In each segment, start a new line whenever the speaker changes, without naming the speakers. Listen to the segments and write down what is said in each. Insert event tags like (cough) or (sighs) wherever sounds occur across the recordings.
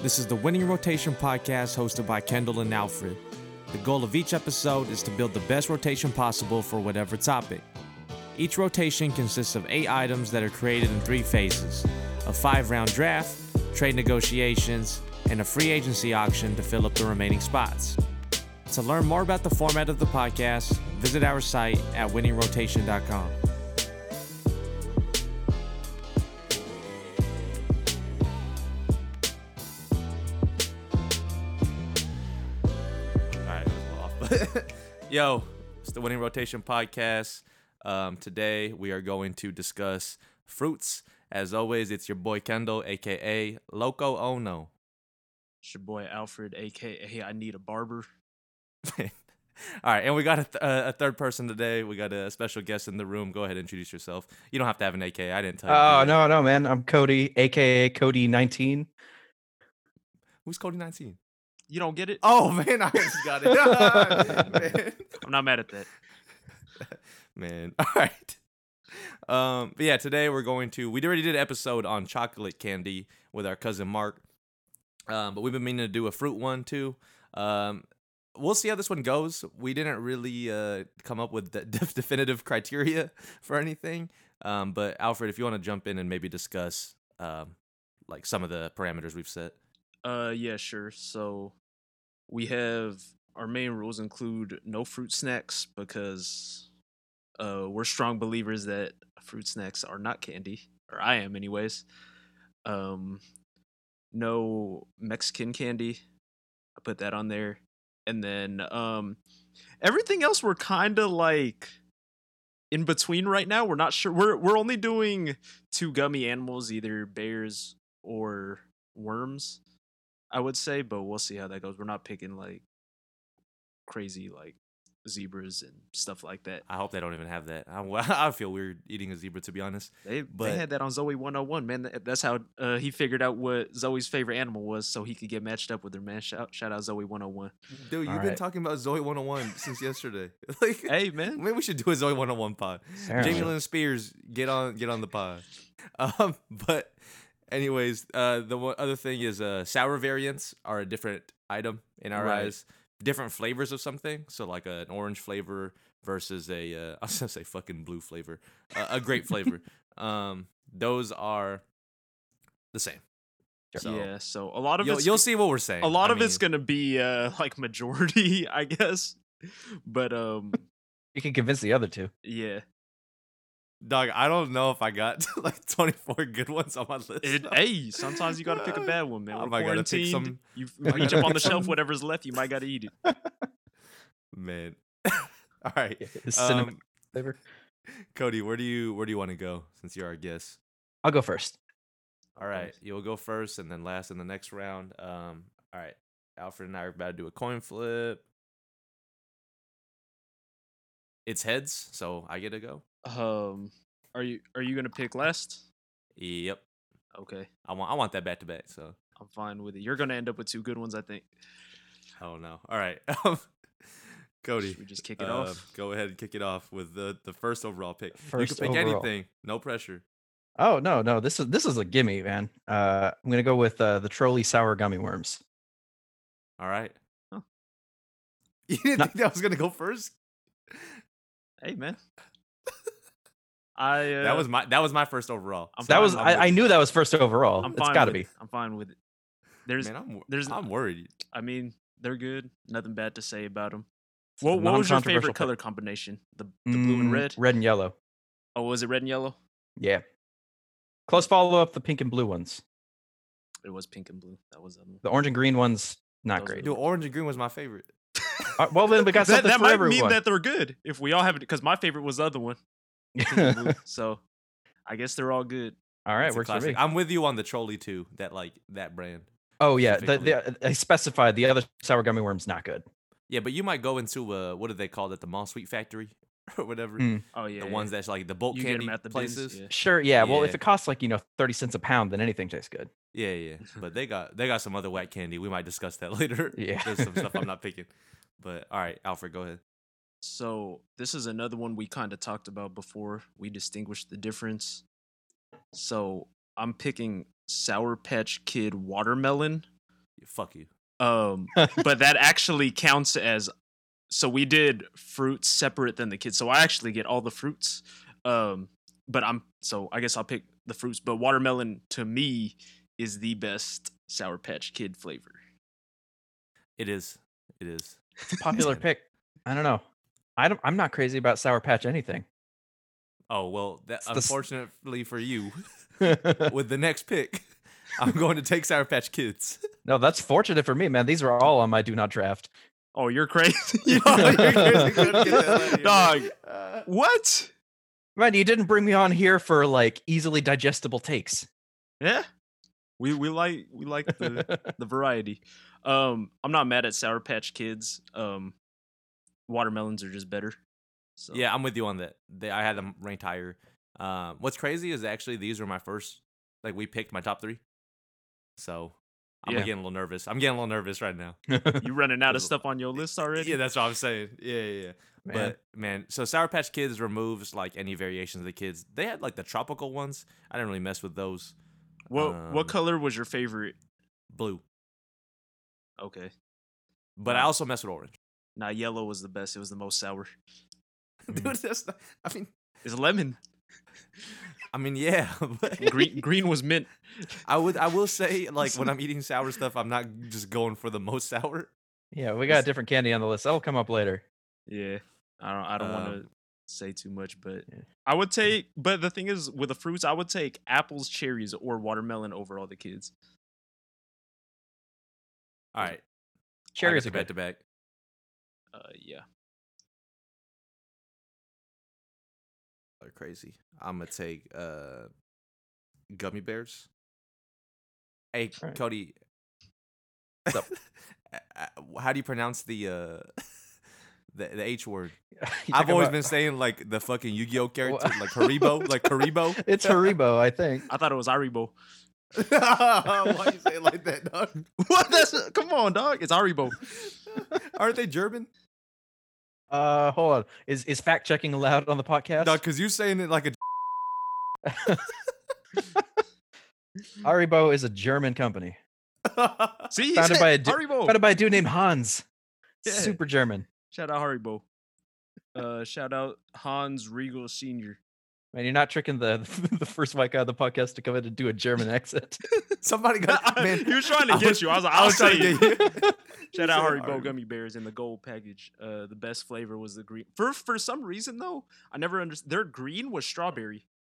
This is the Winning Rotation podcast hosted by Kendall and Alfred. The goal of each episode is to build the best rotation possible for whatever topic. Each rotation consists of eight items that are created in three phases a five round draft, trade negotiations, and a free agency auction to fill up the remaining spots. To learn more about the format of the podcast, visit our site at winningrotation.com. All right, that was off. (laughs) Yo, it's the Winning Rotation podcast. Um, today we are going to discuss fruits. As always, it's your boy Kendall, aka Loco Ono.
It's your boy Alfred, aka I need a barber.
(laughs) All right, and we got a, th- uh, a third person today. We got a special guest in the room. Go ahead, introduce yourself. You don't have to have an AK. I didn't tell you. to do
uh,
Oh
that.
no, no, man. I'm Cody, aka Cody nineteen.
Who's Cody nineteen?
You don't get it?
Oh (laughs) man, I just got
(laughs)
it. (laughs) Man.
I'm not mad at that.
man (laughs) all right um but yeah today we're going to we already did an episode on chocolate candy with our cousin mark um but we've been meaning to do a fruit one too um we'll see how this one goes we didn't really uh come up with the (laughs) def- definitive criteria for anything um but alfred if you want to jump in and maybe discuss um like some of the parameters we've set
Uh, yeah, sure. So we have our main rules include no fruit snacks because uh we're strong believers that fruit snacks are not candy, or I am anyways. Um, no Mexican candy. I put that on there, and then um, everything else we're kind of like in between right now. We're not sure. We're we're only doing two gummy animals, either bears or worms. I would say, but we'll see how that goes. We're not picking like crazy like zebras and stuff like that.
i hope they don't even have that i, (laughs) I feel weird eating a zebra to be honest
They
But-
they had that on Zoe 101, man. Th- That's how uh, he figured out what Zoe's favorite animal was, so he could get matched up with her man. Shout shout out Zoe 101.
dude
All right.
talking about zoe 101 since yesterday (laughs) like
Hey man,
Maybe we should do a Zoe 101 pod. Jamie
Apparently.
Lynn Spears, get on get on the pod. Um, but anyways, uh, the one other thing is uh, sour variants are a different item in our
Right.
eyes. Different flavors of something. So like an orange flavor versus a uh, (laughs) I was gonna say fucking blue flavor, uh, a grape flavor. Um, those are the same. So
yeah. So a lot of
you'll,
it's
you'll see what we're saying.
a lot
I
of it's
mean,
gonna be uh (laughs) like majority, I guess. But um,
You can convince the other two.
yeah.
dog. I don't know if I got (laughs) like 24 good ones on my list. (laughs)
It, hey, sometimes you gotta pick a bad one, man.
Oh
We're
my God, I picked
quarantined.
some- (laughs)
You
I
reach
gotta
up on the
pick
shelf,
some-
whatever's left, you might gotta eat it.
man. (laughs) All right.
(laughs) Cinnamon
Um,
flavor.
Cody, where do you where do you want to go since you're our guest?
I'll go first.
All right, you'll go first and then last in the next round. Um, all right, Alfred and I are about to do a coin flip. It's heads, so I get to go.
Um, are you are you gonna pick last?
Yep,
Okay,
I want I want that back to back. So
I'm fine with it. You're gonna end up with two good ones, I think.
I don't know. All right, um, (laughs) Cody,
Should we just kick it
uh,
off?
Go ahead and kick it off with the the first overall pick.
First
you can pick
overall.
anything, no pressure.
Oh no, no. This is this is a gimme, man. Uh, I'm gonna go with uh, the trolley sour gummy worms.
All right.
Huh.
(laughs) You didn't
Not-
think that was gonna go first?
Hey, (laughs) man. I uh,
that was my that was my first overall.
I'm
so
That
fine,
was
I'm
I'm
I,
with
I
it.
knew that was first overall.
I'm
it's
fine
gotta
with
be.
it. I'm fine with it. There's,
Man, I'm wor-
there's-
I'm worried.
I mean, they're good. Nothing bad to say about them. What, what was your
non-controversial
favorite
pick.
color combination? The, the blue and
Mm,
red.
Red and yellow.
Oh, was it red and yellow?
Yeah. Close follow up the pink and blue ones.
It was pink and blue. That was the other one.
The orange and green ones, not
Those are
great.
the-
Dude, orange and green was my favorite.
Uh, well then we got
(laughs) that,
something
that
for
might
everyone. (laughs)
mean that they're good if we all have it. Because my favorite was the other one. pink
(laughs)
and blue, so, I guess they're all good.
All right,
It's a
works for
classic.
me.
I'm with you on the trolley too. That like that brand.
Oh yeah, the,
specifically.
the, I specified the other sour gummy worms not good.
Yeah, but you might go into uh what do they call it? The mall sweet factory (laughs) or whatever.
Mm,
Oh yeah,
The
yeah.
ones that's like the bulk
you get
candy
'em at the biz,
places.
yeah.
Sure. Yeah. Well, if
Yeah.
it costs like you know thirty cents a pound, then anything tastes good.
yeah. yeah,
(laughs)
But they got they got some other whack candy. We might discuss that (laughs) later.
Yeah.
There's some
(laughs)
stuff I'm not picking. But all right, Alfred, go ahead.
So this is another one we kind of talked about before. We distinguished the difference. So I'm picking Sour Patch Kid watermelon
Fuck you.
Um, but that actually counts as so we did fruits separate than the kids. So I actually get all the fruits. Um, but I'm so I guess I'll pick the fruits. But watermelon to me is the best Sour Patch Kid flavor.
It is. It is. (laughs)
Popular
good.
pick. I don't know. I don't. I'm not crazy about Sour Patch anything.
Oh well, that,
It's the s-
unfortunately for you, (laughs)
no,
with the next pick, (laughs) I'm going to take Sour Patch
(laughs)
Kids.
that's fortunate for me, man. These are all on my do not draft.
Oh, you're crazy. (laughs)
Oh, you're crazy. Get that out of here, man.
Dog,
Uh,
what?
Man, you didn't bring me on here for like easily digestible takes.
Yeah. We we like we like the
Mm.
(laughs)
(laughs)
the variety. Um, I'm not mad at Sour Patch Kids. Um, watermelons are just better. So
Yeah, I'm with you on that. They, I had them ranked higher. Um, what's crazy is actually these were my first. Like we picked my top three, so I'm
Yeah.
getting a little nervous. I'm getting a little nervous right now.
you running out of
There's a-
stuff on your list already.
Yeah, that's what I'm saying. Yeah, yeah. yeah.
Man.
But man, so Sour Patch Kids removes like any variations of the kids. They had like the tropical ones. I didn't really mess with those.
What
Um,
what color was your favorite?
Blue,
Okay.
but I also messed with orange. (laughs)
Nah, yellow was the best. It was the most sour.
Dude,
Mm.
that's not, I mean,
It's lemon.
I mean, yeah. (laughs) But
(laughs) Green green was mint.
I would, I will say, like when I'm eating sour stuff, I'm not just going for the most sour.
yeah, we got different candy on the list. That'll come up later.
Yeah. I don't I don't want to
Um,
say too much, but
yeah.
I would take but the thing is with the fruits, I would take apples, cherries, or watermelon over all the kids.
All right, I got
Cherries
the
are
back
good.
to back.
Uh yeah.
Are crazy. I'm gonna take uh, gummy bears. Hey,
All right.
Cody.
What's
(laughs)
up?
Uh, uh, How do you pronounce the uh, (laughs) the the H word?
(laughs) You
I've
talking
always
about-
been saying like the fucking
(laughs)
Yu-Gi-Oh character,
Wha-
like Haribo, like Haribo.
(laughs) It's Haribo, I think.
I thought it was Haribo.
(laughs) Why you say it like that, dog?
(laughs) what? That's come on, dog. It's Haribo.
(laughs) Aren't they German?
Uh, hold on. Is is fact checking allowed on the podcast?
No, because you're saying it like a. (laughs)
Haribo is a German company
See, he
Founded
said
by a di-
Haribo.
founded by a dude named Hans.
Oh. Yeah.
Super German.
Shout out Haribo. Uh, shout out Hans Regal Senior. (laughs)
Man, you're not tricking the (laughs) the first white guy on the podcast to come in and do a
(laughs)
German accent.
(laughs) Somebody got (laughs) (laughs) man.
he was trying to
I
get
was-
you. I was like,
I
I'll
was trying
say
to get (laughs) you.
it. (laughs) Shout out Haribo
Haribo.
gummy bears in the gold package. Uh, the best flavor was the green. For for some reason though, I never understood. Their green was strawberry. (laughs)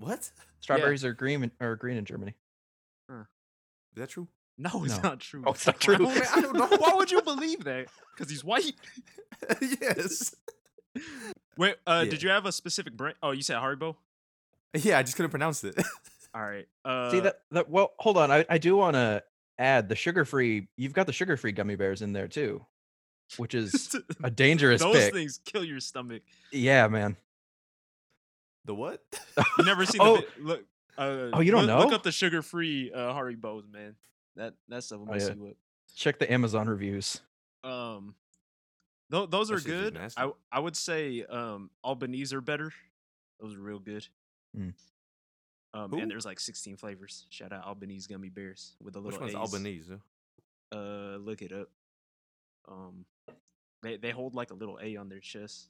What? Is
Strawberries are green in- are green in Germany.
that (laughs) true?
No, it's
No.
not true.
Oh, it's not
Why
(laughs)
true.
would- (laughs) I don't know. Why would you believe that? Because he's white.
yes.
Wait, uh,
Yeah.
did you have a specific brand? Oh, you said Haribo.
Yeah, I just couldn't pronounce it. (laughs)
All right. Uh, (laughs)
See that that well, hold on. I, I do want to add the sugar free. You've got the sugar free gummy bears in there too, which
(laughs)
is a dangerous
those
pick.
things kill your stomach.
Yeah, man.
The (laughs) what?
You never seen
Oh.
the vi- look? Uh,
Oh, you don't
look, Look
know?
up the sugar-free uh, Haribo's, man. That that stuff will
Oh,
mess
yeah.
you
Check the Amazon reviews.
up. Um, tho- those
That
are
shit is
good.
nasty.
I I would say um Albanese are better. Those are real good.
Mm.
Um,
Who?
and there's like 16 flavors. Shout out Albanese gummy bears with a
Which
little.
one's
A's.
Albanese?
Uh, look it up. Um, they they hold like a little A on their chest.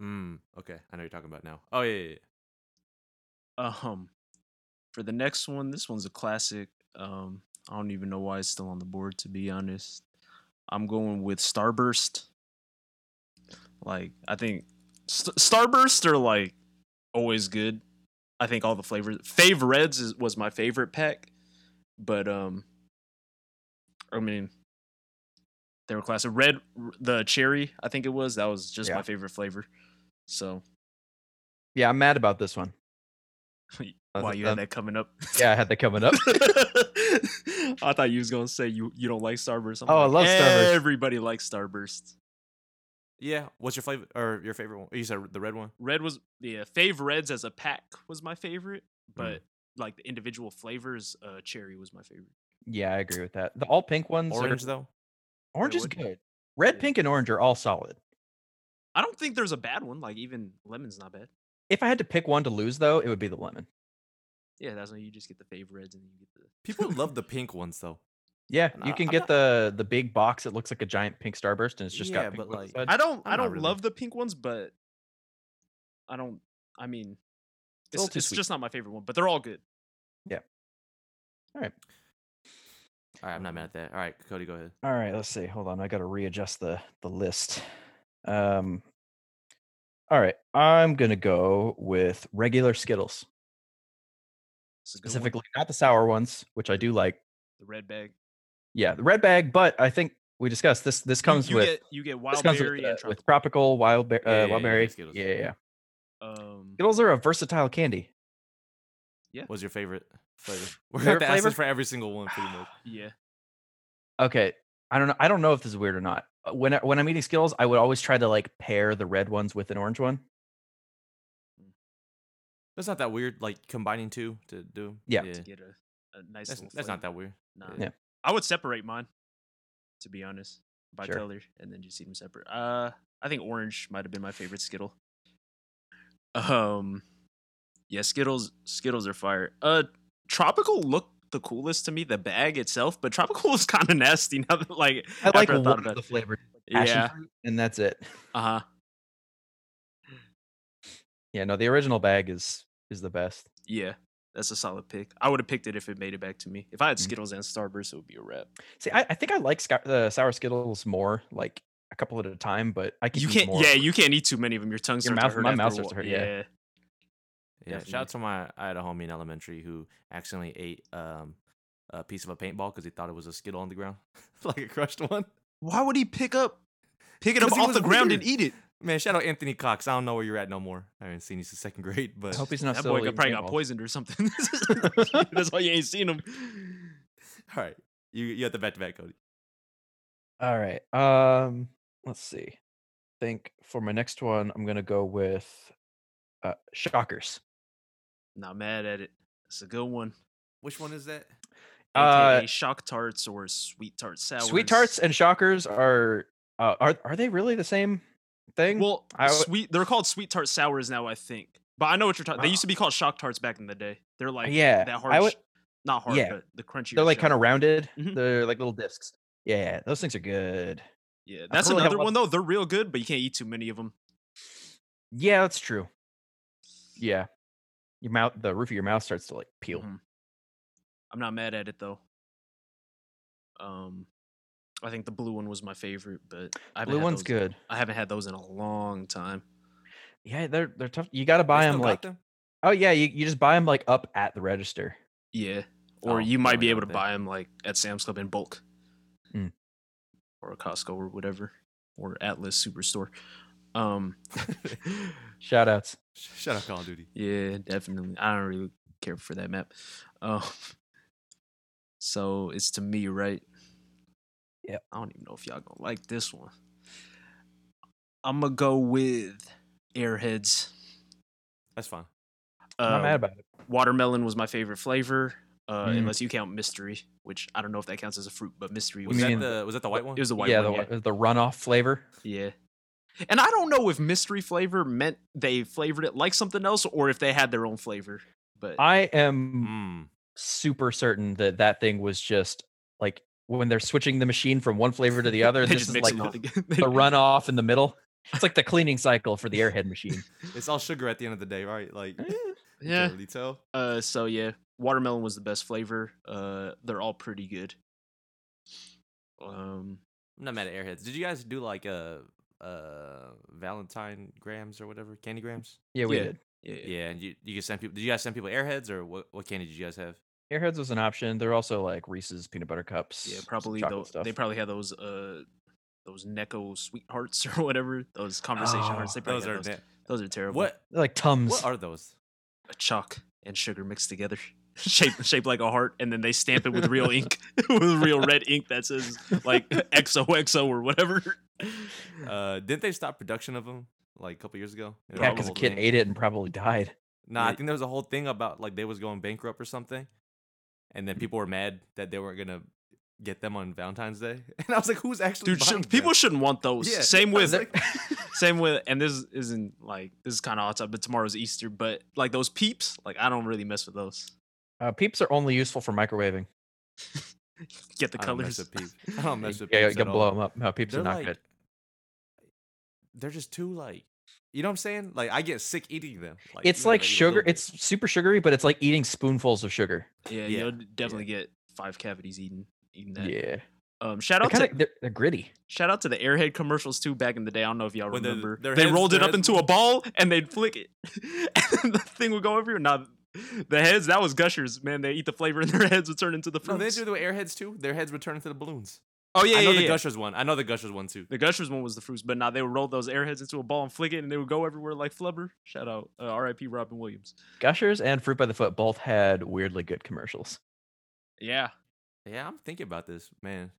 Mm, okay, I know what you're talking about now. Oh yeah, yeah, yeah.
Um, for the next one, this one's a classic. Um, I don't even know why it's still on the board, to be honest. I'm going with Starburst. Like, I think St- Starburst are like always good. I think all the flavors. Fave Reds is, was my favorite pack, but um, I mean, they were classic. Red, r- the cherry, I think it was. That was just
Yeah.
my favorite flavor. So, (laughs)
Yeah, I'm mad about this one.
wow,
th-
you had
that-
that coming up.
Yeah, I had that coming up.
(laughs) I thought you was gonna say you you don't like Starburst. I'm
Oh, I
like,
love Starburst.
Everybody likes Starburst.
Yeah. What's your flavor or your favorite one? You said the red one.
Red was yeah, fave reds as a pack was my favorite,
Hmm.
Mm.
but like the individual flavors, uh, cherry was my favorite.
Yeah, I agree with that. The all pink ones,
Orange
are,
though.
orange is
would-
good. Red,
yeah.
pink, and orange are all solid.
I don't think there's a bad one. Like even lemon's not bad.
If I had to pick one to lose, though, it would be the lemon.
Yeah, that's when you just get the fave reds and you get the
(laughs) People love the pink ones though.
Yeah,
And
you
I-
can
I'm
get
not-
the the big box that looks like a giant pink starburst, and it's just
Yeah,
got.
but,
Pink
like,
I
I'm
don't I
not
don't
really-
love the pink ones, but I don't I
a
mean
little
it's,
too
it's
sweet.
just not my favorite one, but they're all good.
All right, I'm not mad at that. All right, Cody, go ahead.
All right, let's see. Hold on, I got to readjust the the list. Um. All right, I'm gonna go with regular Skittles,
It's a good one.
specifically not the sour ones, which I do like.
the red bag.
Yeah, the red bag, but I think we discussed this. This
You-
comes
you
with
get, you get
this
wild
comes with,
berry
uh,
and
with
tropical.
tropical wild bear,
Yeah,
uh,
yeah,
wild
yeah,
berry.
Skittles.
Yeah, yeah, yeah.
Um,
Skittles are a versatile candy.
What's your favorite flavor? (laughs) We're
Favorite
going to ask
flavor?
this for every single one, pretty much.
yeah,
Okay, I don't know. I don't know if this is weird or not. Uh, When I, when I'm eating Skittles, I would always try to like pair the red ones with an orange one.
That's not that weird, like combining two to do. 'em.
Yeah.
to get a, a nice.
That's,
little
that's not
flavor.
that weird.
Nah.
Yeah.
I would separate mine, to be honest, by
Sure.
color, and then just eat them separate. Uh, I think orange might have been my favorite Skittle. Um, yeah, Skittles Skittles are fire. Uh, tropical looked the coolest to me, the bag itself, but tropical (laughs) was kind of nasty. Now that like
I like
after I thought
one
about
of the
it,
flavors, passion
yeah,
fruit, and that's it. (laughs)
uh huh.
Yeah, no, the original bag is is the best.
Yeah, that's a solid pick. I would have picked it if it made it back to me. If I had
Mm.
Skittles and Starburst, it would be a wrap.
See, I, I think I like sc- uh, sour Skittles more, like a couple at a time, but I can
You
eat
can't.
more.
Yeah, you can't eat too many of them. Your tongue starts
mouth-
to hurt.
my
after
mouth
a
starts to
while.
hurt, yeah.
Yeah. Shout out to my I had a homie in elementary who accidentally ate um a piece of a paintball because he thought it was a skittle on the ground, (laughs) like a crushed one.
Why would he pick up pick it
'Cause
up
he
off
was
the ground and
weird.
eat it?
Man, shout out Anthony Cox. I don't know where you're at no more. I haven't seen you since second (laughs) grade,
I
but
hope he's not
that
still
boy
eating
got, probably got
paintballs.
poisoned or something. (laughs) That's why you ain't seen him.
all right, you you at the back to back, Cody.
All right. Um, let's see. I think for my next one, I'm gonna go with uh, shockers.
Not mad at it. It's a good one.
Which one is that?
Uh,
AKA shock tarts or sweet tart sour.
Sweet tarts eh? and shockers are uh, are are they really the same thing?
Well,
I w-
sweet. They're called sweet tart sours now, I think. But I know what you're talking. They used to be called shock tarts back in the day. They're like
Uh, yeah,
that
I
hard.
would,
sh- not hard,
yeah.
but the crunchy.
they're like kind of rounded.
Mhm.
They're like little discs. Yeah, those things are good.
Yeah, that's
really have
another
one-
one though. They're real good, but you can't eat too many of them.
Yeah, that's true. Yeah, your mouth, the roof of your mouth starts to like peel.
Mhm. I'm not mad at it though. Um, I think the blue one was my favorite, but I haven't
Blue
had
one's
those-
good.
I haven't had those in a long time.
Yeah, they're they're tough. You gotta buy
They
them
still got
like
them?
oh yeah, you, you just buy them like up at the register.
Yeah, or
Oh,
you
no, I
might be able to
don't think-
buy them like at Sam's Club in bulk,
Mm.
or Costco or whatever, or Atlas Superstore. Um,
Shout outs.
(laughs) Sh- Shout out Call of Duty.
Yeah, definitely. I don't really care for that map. Um, (laughs) so it's to me, right?
Yep.
I don't even know if y'all gonna like this one. I'm gonna go with Airheads.
That's fine.
I'm not
Uh,
mad about it.
watermelon was my favorite flavor, uh,
Mm.
unless you count mystery, which I don't know if that counts as a fruit, but mystery
Was
was
that
mean-
the was that the white one?
it was a white
yeah,
one. yeah.
the, the runoff flavor.
Yeah. And I don't know if mystery flavor meant they flavored it like something else or if they had their own flavor. But
I am
Mm.
super certain that that thing was just like when they're switching the machine from one flavor
(laughs)
to the other.
they
this
just
is
mix
like
them all
the,
together. (laughs)
the runoff in the middle.
(laughs)
It's like the cleaning cycle for the airhead machine.
It's all sugar at the end of the day, right? Like, you can't
Yeah.
really tell.
Uh, so yeah, watermelon was the best flavor. Uh, they're all pretty good. Um,
I'm not mad at Airheads. Did you guys do like uh uh Valentine grams or whatever candy grams?
Yeah, we
Yeah.
did.
yeah, yeah.
Yeah, and you you could send people. Did you guys send people Airheads or what? What candy did you guys have?
Airheads was an option. They're also like Reese's peanut butter cups.
yeah
some
probably
chocolate
those. They probably had those. Uh, those Necco sweethearts (laughs) or whatever. Those conversation hearts. They
Oh,
probably
those
had
are
those.
ne-
those are terrible.
what?
(laughs)
They're like Tums.
What are those?
A chalk and sugar mixed together, (laughs) shaped shaped like a heart, and then they stamp it with
(laughs)
real ink, (laughs) with real red ink that says like XOXO or whatever.
Uh, didn't they stop production of them like a couple years ago? There
(laughs) yeah,
was
because a
whole
kid
thing.
ate it and probably died.
Nah, I
it.
think there was a whole thing about like they was going bankrupt or something, and then people were mad that they weren't gonna get them on Valentine's Day. (laughs) And I was like, who's actually
Dude, sh-
buying
people
them?
shouldn't want those.
Yeah,
Same
(laughs) I was
with (laughs)
like-
Same with, and this isn't like this is kind of outside, but tomorrow's Easter. But like those peeps, like I don't really mess with those.
Uh, peeps are only useful for microwaving.
Get the
I don't mess
colors.
with peeps. I don't mess with
Yeah,
peeps
you can
at
blow
all.
them up. No, peeps
They're
are not
like-
good.
They're just too like, you know what I'm saying? Like I get sick eating them.
It's
you gotta
like
eat a
sugar.
little bit.
It's super sugary, but it's like eating spoonfuls of sugar.
(laughs) Yeah,
Yeah,
you'll definitely get five cavities eating eating
Eh.
that.
Yeah,
Um, shout
they're
out
kind
to
of they're, they're gritty.
shout out to the Airhead commercials too back in the day. I don't know if y'all
When the-
remember.
their
they
heads-
rolled it
their
up
heads-
into a ball and they'd flick it, (laughs) and the thing would go everywhere. Now the heads that was gushers, man. They eat the flavor and their (laughs) heads would turn into the
No, they
fruits.
do the airheads too. Their heads return into the balloons.
oh yeah,
I know
yeah,
the
yeah.
gushers one. I know the gushers one too.
The Gushers one was the fruits, but now they would roll those airheads into a ball and flick it, and they would go everywhere like flubber. Shout out, uh, R.I.P. Robin Williams.
Gushers and Fruit by the Foot both had weirdly good commercials.
Yeah,
Yeah, I'm thinking about this, man.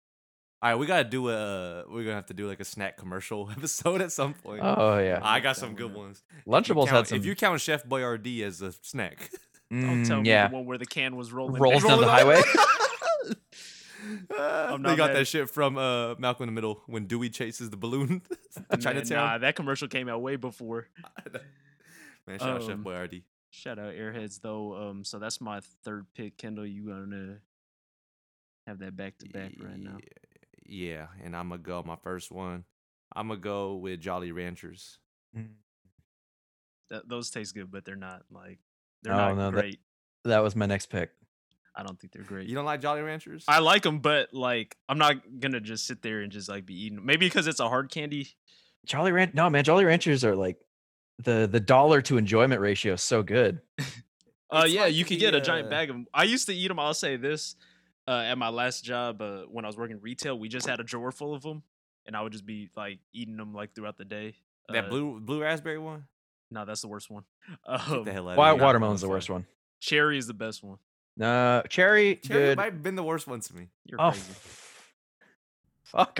All right, we gotta do a. We're gonna have to do like a snack commercial (laughs) episode at some point.
Oh yeah,
I
like
got
that
some
one
good
up.
ones. If you
Lunchables had
count-
some.
If you count Chef Boyardee as a
(laughs)
snack,
don't tell
Mm,
me
yeah,
the one where the can was rolling.
Rolls
back.
(laughs)
down the
Roll it
highway.
Ah,
I'm
they
not
got
mad
that
at-
shit from uh, Malcolm in the Middle when Dewey chases the balloon (laughs) to
Man,
Chinatown.
Nah, that commercial came out way before.
(laughs) Man, shout out Chef
Um,
Boyardee.
Shout out Airheads though. Um, so that's my third pick. Kendall, you gonna have that back to back right now?
Yeah, and I'm gonna go my first one. I'm gonna go with Jolly Ranchers.
Mm.
That, those taste good, but they're not like they're
Oh,
not
no, that-
great.
that was my next pick.
I don't think they're great.
You don't like Jolly Ranchers?
I like them, but like I'm not gonna just sit there and just like be eating. 'em. Maybe because it's a hard candy.
Jolly Ranch. No man, Jolly Ranchers are like the the dollar to enjoyment ratio is so good.
Uh,
It's
yeah,
like
you could
the,
get a giant
uh,
bag of them. I used to eat them. I'll say this: uh, at my last job, uh, when I was working retail, we just had a drawer full of them, and I would just be like eating them like throughout the day.
that
Uh,
blue blue raspberry one.
No, that's the worst one.
(laughs) Get
Um,
the hell out
Why
of here.
watermelon's the
Sorry.
worst one.
cherry is the best one.
No, cherry,
Cherry
good.
might have been the worst one to me.
You're
Oh,
crazy.
f- fuck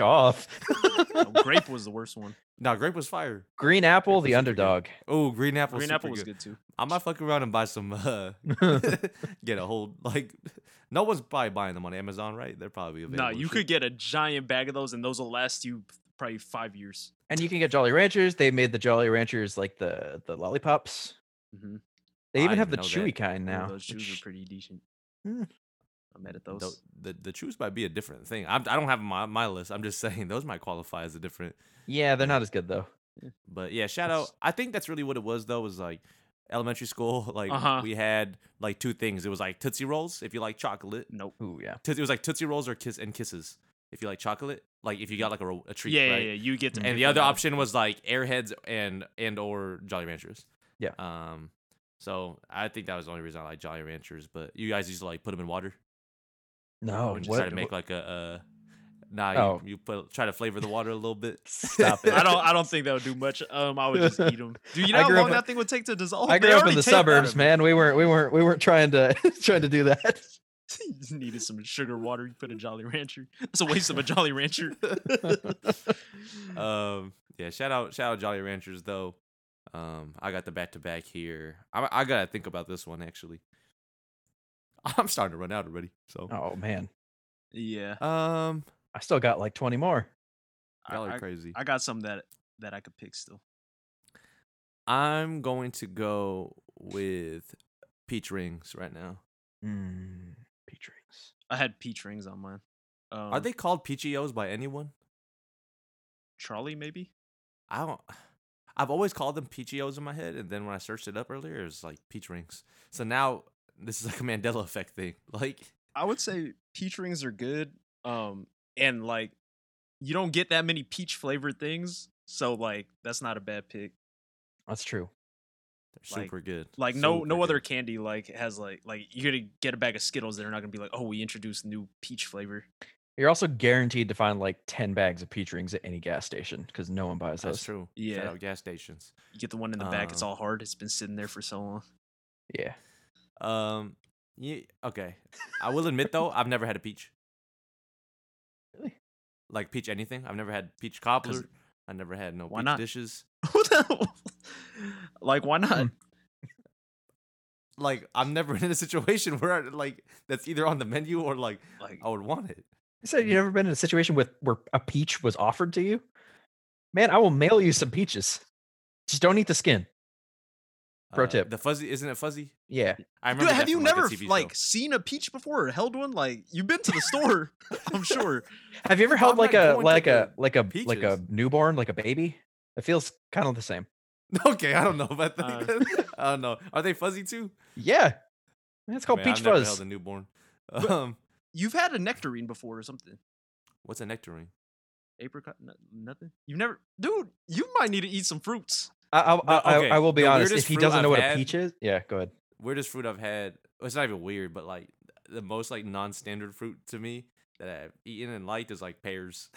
(laughs)
off.
Oh,
No, Uh, grape was the worst one.
No, grape was fire.
(laughs) Green apple,
was
the
super good.
underdog.
Oh, green (laughs) apple.
Green
super
apple was good, too.
I might fuck around and buy some. Uh, (laughs)
(laughs)
get a whole like. (laughs) No one's probably buying them on Amazon, right? They're probably
No,
available.
you could get a giant bag of those, and those will last you probably five years.
and you can get Jolly Ranchers. They made the Jolly Ranchers like the the lollipops.
Mm-hmm.
They
I
even have the
didn't know
chewy
that.
kind now.
those
the
shoes
ch-
are pretty decent.
Hmm.
Mm.
I'm mad at
Tho-
those.
The, the choose might be a different thing. I, I don't have 'em on my, my list. I'm just saying those might qualify as a different.
Yeah, they're
Yeah.
not as good though.
But yeah, shout out. I think that's really what it was though. Was like elementary school. (laughs) Like
Uh-huh.
we had like two things. It was like Tootsie Rolls if you like chocolate.
Nope.
Ooh, yeah.
Tootsie, it was like Tootsie Rolls or kiss and kisses if you like chocolate. Like if you got like a, ro- a treat.
yeah, yeah,
right?
yeah, you get to
and
pick
the other
one out.
option was like airheads and and or jolly ranchers
Yeah.
um so i think that was the only reason i like jolly ranchers but you guys used to like put them in water
No,
Oh,
Or just
what?
try to make like a uh nah you-
Oh.
you, put try to flavor the water a little bit
Stop it.
(laughs) I don't. I don't think that would do much. Um, I would just eat them. Do you
(laughs) I
know how
grew up
long
in-
that thing would take to dissolve?
I
They
grew up in
already
the
take that
suburbs,
of-
man. We weren't we weren't we weren't trying to (laughs) trying to do that.
(laughs) you just needed some sugar water. You put a Jolly Rancher. That's a waste of a Jolly Rancher.
(laughs)
(laughs) um yeah shout out shout out jolly ranchers though um i got the back to back here I, I gotta think about this one actually (laughs) i'm starting to run out already so
Oh man.
yeah,
um
I still got like 20 more.
Oh, I,
y'all are
I-
crazy
I got some that that I could pick still.
I'm going to go with peach rings right now.
Mm, peach rings.
I had peach rings on mine. Um,
Are they called peachios by anyone?
Charlie? Maybe.
I don't. I've always called them peachios in my head, and then when I searched it up earlier, it was like peach rings. So now this is like a Mandela effect thing. (laughs) Like,
I would say peach rings are good. Um, and like you don't get that many peach flavored things, so like that's not a bad pick.
That's true.
they're
Like-
super good.
Like no
Super
no other
good.
candy like has like like you're gonna get a bag of Skittles. They're not gonna be like, oh, we introduced new peach flavor.
You're also guaranteed to find like 10 bags of peach rings at any gas station because no one buys those.
That's true. Shout
Yeah.
out gas stations.
You get the one in the back. It's
Um,
all hard. It's been sitting there for so long. (laughs)
Yeah.
Um. Yeah. Okay. I will admit though, I've never had a peach.
Really?
Like peach anything. I've never had peach cobbler. I never had no
Why
peach
not?
dishes.
What the hell? (laughs) like why not?
Hmm. like I'm never (laughs) in a situation where I, like that's either on the menu or like
Like
I would want it.
You said you've never been in a situation with where a peach was offered to you? Man, I will mail you some peaches. Just don't eat the skin. Pro
Uh,
tip.
the fuzzy isn't it fuzzy?
Yeah.
I
Dude,
remember.
have
that
you
from, like, a
never
TV show.
like (laughs) seen a peach before or held one? Like you've been to the store, (laughs) I'm sure.
Have you ever
I'm
held
not
like a
going to
like a
the
like a like a
peaches.
newborn, like a baby? It feels kind of the same.
Okay, I don't know about
Uh.
that. I don't know. Are they fuzzy too?
Yeah. It's called
Man,
peach
I've never held
fuzz.
a newborn.
But-
Um,
You've had a nectarine before or something.
what's a nectarine?
Apricot, no- nothing. You've never, dude. You might need to eat some fruits.
I, I,
The-
I, I-
okay,
I will be
the
honest.
weirdest
If he
fruit
doesn't know
I've
what a
had-
peach is, yeah, go ahead.
Weirdest fruit I've had. well, It's not even weird, but like the most like non-standard fruit to me that I've eaten and liked is like pears.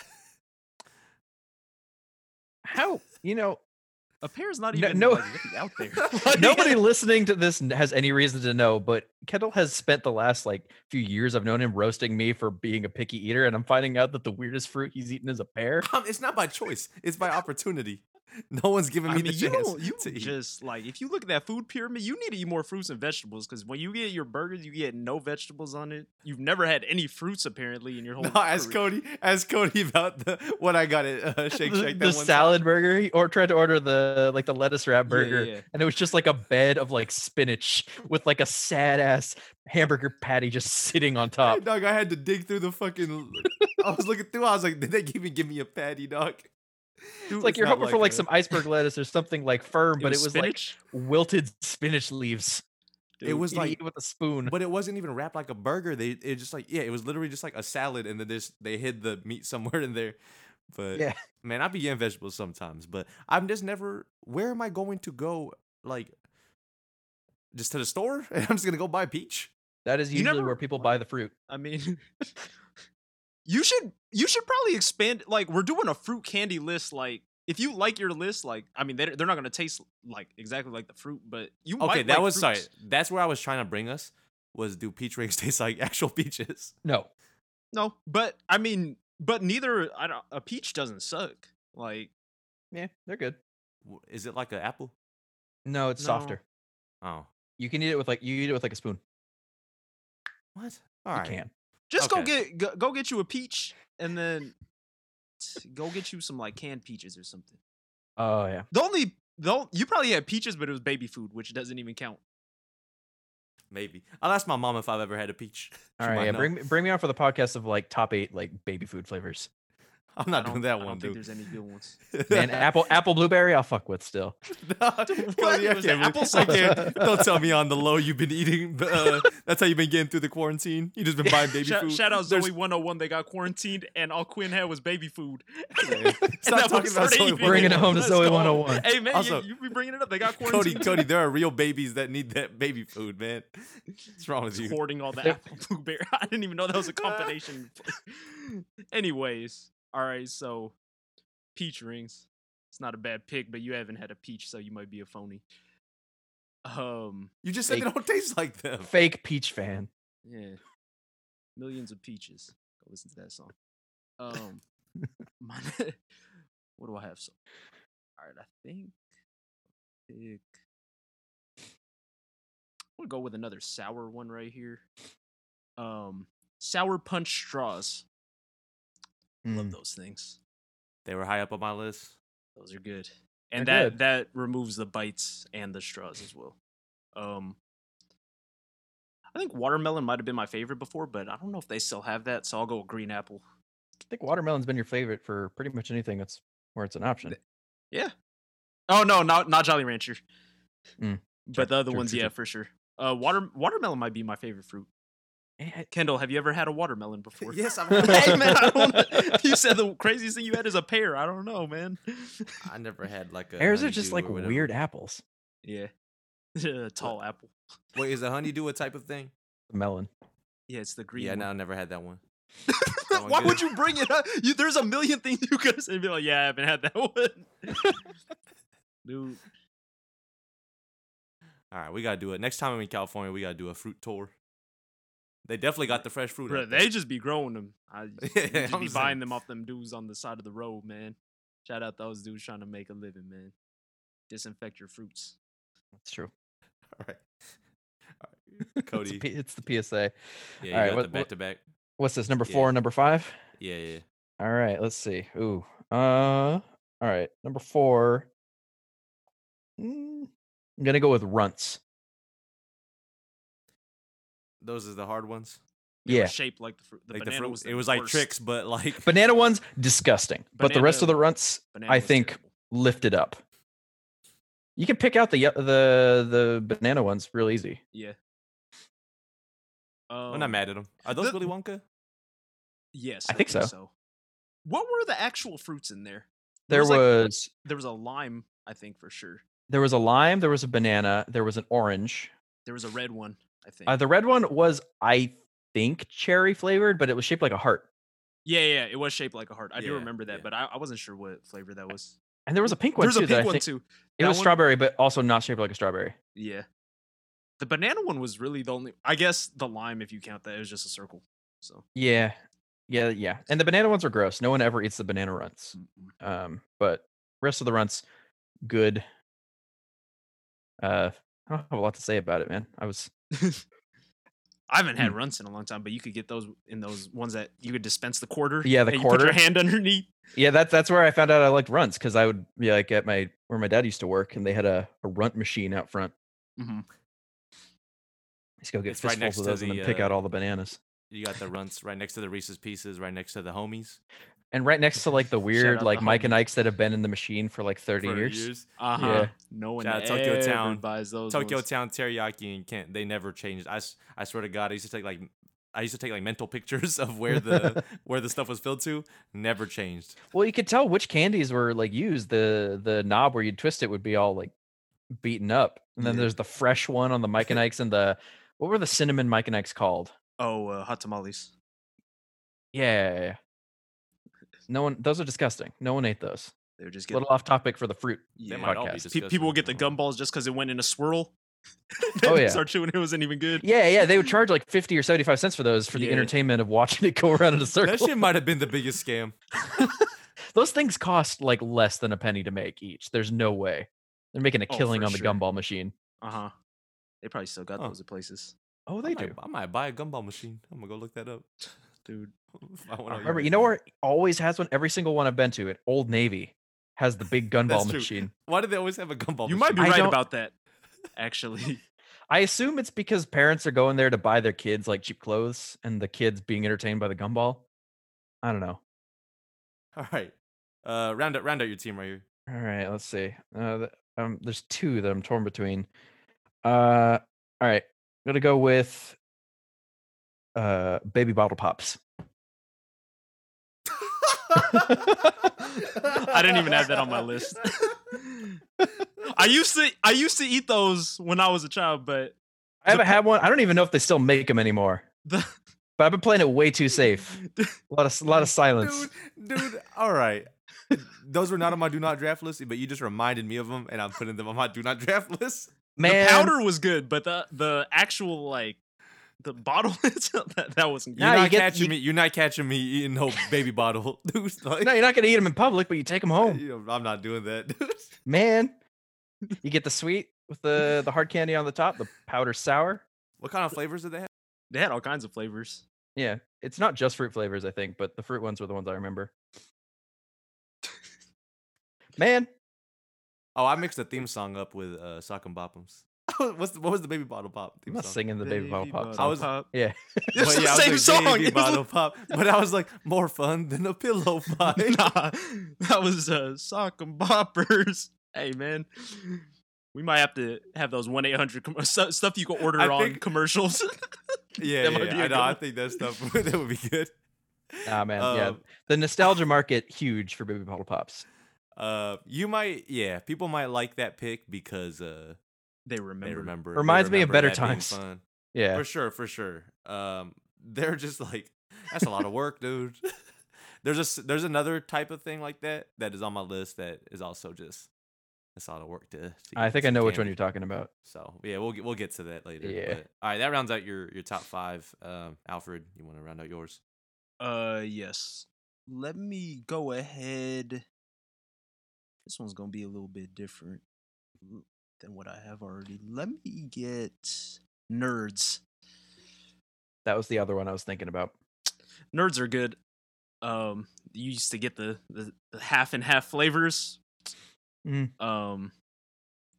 (laughs)
How you (laughs) know
A pear is not
No-
even
no-
like, really out there.
(laughs)
(laughs) Like,
nobody listening to this n- has any reason to know, but Kendall has spent the last like few years I've known him roasting me for being a picky eater, and I'm finding out that the weirdest fruit he's eaten is a pear. (laughs)
Um, it's not by choice. It's by opportunity. (laughs) No one's giving
I
me
mean,
the
you
chance
don't. You
to eat.
just like if you look at that food pyramid, you need to eat more fruits and vegetables because when you get your burgers, you get no vegetables on it. You've never had any fruits apparently in your whole.
(laughs) (laughs) No, ask
career.
Cody. Ask Cody about the what I got at uh, Shake
the,
Shack. That
the
one time.
salad burger he- or tried to order the like the lettuce wrap
Yeah,
burger
yeah.
and it was just like a bed of like spinach with like a sad ass hamburger patty just sitting on
Hey,
top
dog, I had to dig through the fucking. I was looking through. I was like, did they even give me a patty, dog?
it's like you're
not
hoping for like
a-
some iceberg lettuce or something (laughs) like firm but it was like
spinach?
wilted (laughs) spinach leaves
It was
You need to
like,
eat it with a spoon
(laughs) but it wasn't even wrapped like a burger. They it just like yeah, it was literally just like a salad, and then this they hid the meat somewhere in there. But
Yeah.
man, I be getting vegetables sometimes, but I'm just never. Where am I going to go? Like, just to the store, (laughs) and I'm just gonna go buy peach.
that is
you
usually
never-
where people buy the fruit
I mean, (laughs) you should you should probably expand. Like we're doing a fruit candy list. Like if you like your list, like I mean, they're, they're not gonna taste like exactly like the fruit, but you
Okay,
might
that
like
was sorry.
fruits.
That's where I was trying to bring us. Was do peach rings (laughs) taste like actual peaches?
no
No, but I mean, but neither I don't. A peach doesn't suck. Like
yeah they're good
W- Is it like an apple?
no it's
No.
softer
Oh,
you can eat it with like you eat it with like a spoon
what? All right.
you can
just go get go, go get you a peach and then t- go get you some like canned peaches or something.
oh yeah
The only the on- you probably had peaches, but it was baby food, which doesn't even count.
Maybe I'll ask my mom if I've ever had a peach. (laughs) She
all right
might
yeah
know.
bring me, bring me on for the podcast of like top eight like baby food flavors
I'm
I
not
don't-
doing that
I
one,
don't think
dude.
there's
(laughs)
any good ones.
(laughs) Man, apple apple blueberry, I'll fuck with (laughs) still.
No,
What?
Cody, I
Was it
can't (laughs) believe-
applesauce?
I
(laughs)
can't- Don't tell me on the low you've been eating. (laughs) but, Uh, that's how you've been getting through the quarantine. You just been buying baby
Shout,
food.
shout out
There's-
Zoe 101. They got quarantined, and all Quinn had was baby food.
(laughs) Stop
that
talking
was
about
for
Zoe.
eating.
We're
Bringing it
gonna-
home to
Let's
Zoe
go.
101.
Hey man,
Also-
you, you be bringing it up. They got
Cody,
quarantined.
Cody, there are real babies that need that baby food, man. What's wrong with
Just
you?
(laughs) hoarding all the apple blueberry. (laughs) I didn't even know that was a combination. (laughs) Anyways, all right. So, peach rings. It's not a bad pick, but you haven't had a peach, so you might be a phony. Um,
You just said they
Fake.
don't taste like them.
(laughs) Fake peach fan.
yeah, millions of peaches. Go listen to that song. Um, my, (laughs) what do I have? So, all right, I think pick. I'm gonna go with another sour one right here. Um, sour punch straws. Love
Mm.
those things.
They were high up on my list.
Those are good. And
They're
that
good.
that removes the bites and the straws as well. Um I think watermelon might have been my favorite before, but I don't know if they still have that, so I'll go with green apple.
I think watermelon's been your favorite for pretty much anything that's where it's an option.
Oh no, not not Jolly Rancher.
Mm,
but
true,
the other
true,
ones,
true,
yeah,
true.
for sure. Uh water watermelon might be my favorite fruit.
Eh,
Kendall, have you ever had a watermelon before?
Yes,
(laughs)
I've
had-
(laughs) hey man, I don't, you said the craziest thing you had is a pear. I don't know, man. (laughs)
I never had like a.
Pears are just
honeydew
like
or whatever.
weird apples.
yeah. (laughs) Tall apple.
Wait, is a honeydew a type of thing?
Melon.
Yeah, it's the green.
yeah,
one.
no, I never had that (laughs) one. That one
Why
good?
would you bring it up? You, there's a million things you could have said. and Be like, yeah, I haven't had that (laughs) one. (laughs) Dude,
All right, we gotta do it next time I'm in California. We gotta do a fruit tour. They definitely got the fresh fruit.
bro,
out there.
they just be growing them.
(laughs)
I you
Yeah,
just
I'm
be
saying.
buying them off them dudes on the side of the road, man. Shout out those dudes trying to make a living, man. Disinfect your fruits.
That's true.
All right. All right.
It's,
(laughs) Cody.
a P- it's the PSA.
Yeah, you
All right,
got
what-
the
what-
back to back.
What's this? Number
Yeah.
four and number five?
Yeah, yeah.
All right, let's see. Ooh. Uh all right. Number four. Mm, I'm gonna go with runts.
Those are the hard ones.
They were
Yeah.
shaped like the fruit. The
like the
banana
fruit.
was the
it was like
worst.
tricks, but like
Banana ones, disgusting. but the rest of the
Banana-
runts
Banana
I
was
think-
terrible.
lifted up. You can pick out the ye- the the banana ones real easy.
Yeah.
(laughs) I'm not
Um,
mad at them. Are those
the-
Willy Wonka?
Yes,
I think so.
What were the actual fruits in there?
There
was, like,
was
There was a lime, I think for sure.
there was a lime, there was a banana, there was an orange.
There was a red one, I think.
Uh, the red one was I think cherry flavored, but it was shaped like a heart.
yeah, yeah, it was shaped like a heart. I do
Yeah,
remember that,
yeah.
but I, I wasn't sure what flavor that was.
And there was a pink one
There's
too.
a
that I
pink one
think-
too.
It
That
was
one-
strawberry, but also not shaped like a strawberry.
Yeah. The banana one was really the only. I guess the lime, if you count that, it was just a circle. So.
Yeah. Yeah, yeah. And the banana ones are gross. No one ever eats the banana runts. Um, but rest of the runts, good. Uh I don't have a lot to say about it, man. I was
I haven't had
Hmm.
runts in a long time, but you could get those in those ones that you could dispense the quarter.
Yeah, the
and You put your
quarter.
hand underneath.
Yeah, that's that's where I found out I liked runts because I would be like at my where my dad used to work, and they had a, a runt machine out front.
Mhm.
Let's go get
It's right
fistfuls
next
of
to
those and
the,
then pick
uh,
out all the bananas.
You got the runts right next to the Reese's Pieces, right next to the homies.
And right next to
(laughs)
like the
out
weird
to
like Mike and
Homie.
Ike's that have been in the machine for like thirty
for
years.
Uh huh.
Yeah.
No one
Shout out Tokyo
ever
Town.
buys those.
Tokyo
ones.
Town Teriyaki and Kent, they never changed. I, s- I swear to God, I used to take like I used to take like mental pictures (laughs) of where
(laughs)
the where the stuff was filled to. Never changed.
Well, you could tell which candies were like used. The the knob where you would twist it would be all like beaten up, and then
Yeah.
there's the fresh one on the Mike and Ike's and the what were the cinnamon Mike and Ike's called?
Oh, uh, hot tamales.
Yeah, yeah, yeah. No one. Those are disgusting. No one ate those.
They were just
A
getting.
little off topic for the fruit.
yeah.
They might all be
podcast.
Pe- people
disgusting.
will get
(laughs)
the gumballs just because it went in a swirl. (laughs)
Oh,
They
yeah.
Start chewing. It wasn't even good.
Yeah, yeah, they would charge like fifty or seventy-five cents for those for the
Yeah.
entertainment of watching it go around in a
That
circle.
shit might have been the biggest scam.
those things cost like less than a penny to make each. There's no way they're making a
Oh,
killing
for
on the
sure.
gumball machine.
Uh huh. They probably still got
Huh.
those at places,
Oh, they
I might,
do.
I might buy a gumball machine. I'm gonna go look that up. (laughs)
dude.
If I wanna
I
use
Remember,
it.
Uh, you know where it always has one. Every single one I've been to, it Old Navy has the big
That's
gumball
true.
machine.
Why do they always have a gumball?
You might be
machine?
I
right
don't-
about that. Actually,
I assume it's because parents are going there to buy their kids like cheap clothes, and the kids being entertained by the gumball. I don't know.
All right. Uh, round out, round out your team right here.
All right, let's see. Uh, th- um, there's two that I'm torn between. Uh, all right, I'm gonna go with uh, baby bottle pops.
I
didn't even have
(laughs)
that on my list. (laughs) I used to I used to eat those when I was a child, but
I haven't
The-
had one. I don't even know if they still make them anymore.
the
But I've been playing it way too
(laughs)
safe. A lot of a lot of silence.
dude, (laughs) dude. All right. Those were not on my do not draft list, but you just reminded me of them, and I'm putting them on my do not draft list.
Man,
the powder was good, but the the actual like the bottle (laughs) itself, that, that wasn't good.
You're
Nah, you
not
get-
catching
you-
me. You're not catching me eating no baby bottle, (laughs) dude. Like,
No, you're not gonna eat them in public, but you take them home.
(laughs) you know, I'm not doing that, dude. (laughs)
Man, you get the sweet with the the hard candy on the top, the powder sour.
What kind of flavors did they have?
They had all kinds of flavors.
Yeah, it's not just fruit flavors, I think, but the fruit ones were the ones I remember. Man,
Oh, I mixed the theme song up with uh, Sock and Boppums. (laughs) What's the, what was the baby bottle pop
I'm
theme
not
song?
singing the baby
(laughs)
bottle pop.
I
song.
was-
pop.
yeah,
It's the
I was like,
same song.
Baby
(laughs)
It's
bottle pop. But I was like, more fun than a pillow fight.
(laughs) nah, that was uh, sock and boppers. (laughs) Hey man, we might have to have those one eight hundred stuff you can order
I
on
think- (laughs)
commercials. (laughs)
Yeah,
That
yeah,
might
yeah. I,
be a
know,
good
I
one.
think that stuff (laughs) that would be good.
Nah, man, yeah.
Um,
the nostalgia market huge for baby bottle pops.
Uh, you might, yeah, people might like that pick because uh,
they remember.
they remember. they
Reminds me of
remember
better
that being
times.
Fun.
(laughs) Yeah,
For sure, for sure. Um, they're just like that's a lot of work, dude. (laughs) there's a s- there's another type of thing like that that is on my list that is also just it's a lot of work to. to
I
eat
think I
some
know which one
candy.
you're talking about.
So yeah, we'll get we'll get to that later.
Yeah.
but- all right, that rounds out your your top five. Um, Alfred, you want to round out yours?
Uh, yes. Let me go ahead. This one's gonna be a little bit different l- than what I have already. Let me get nerds.
That was the other one I was thinking about. Oh,
Nerds are good. Um, you used to get the the, the half and half flavors.
Mm.
Um,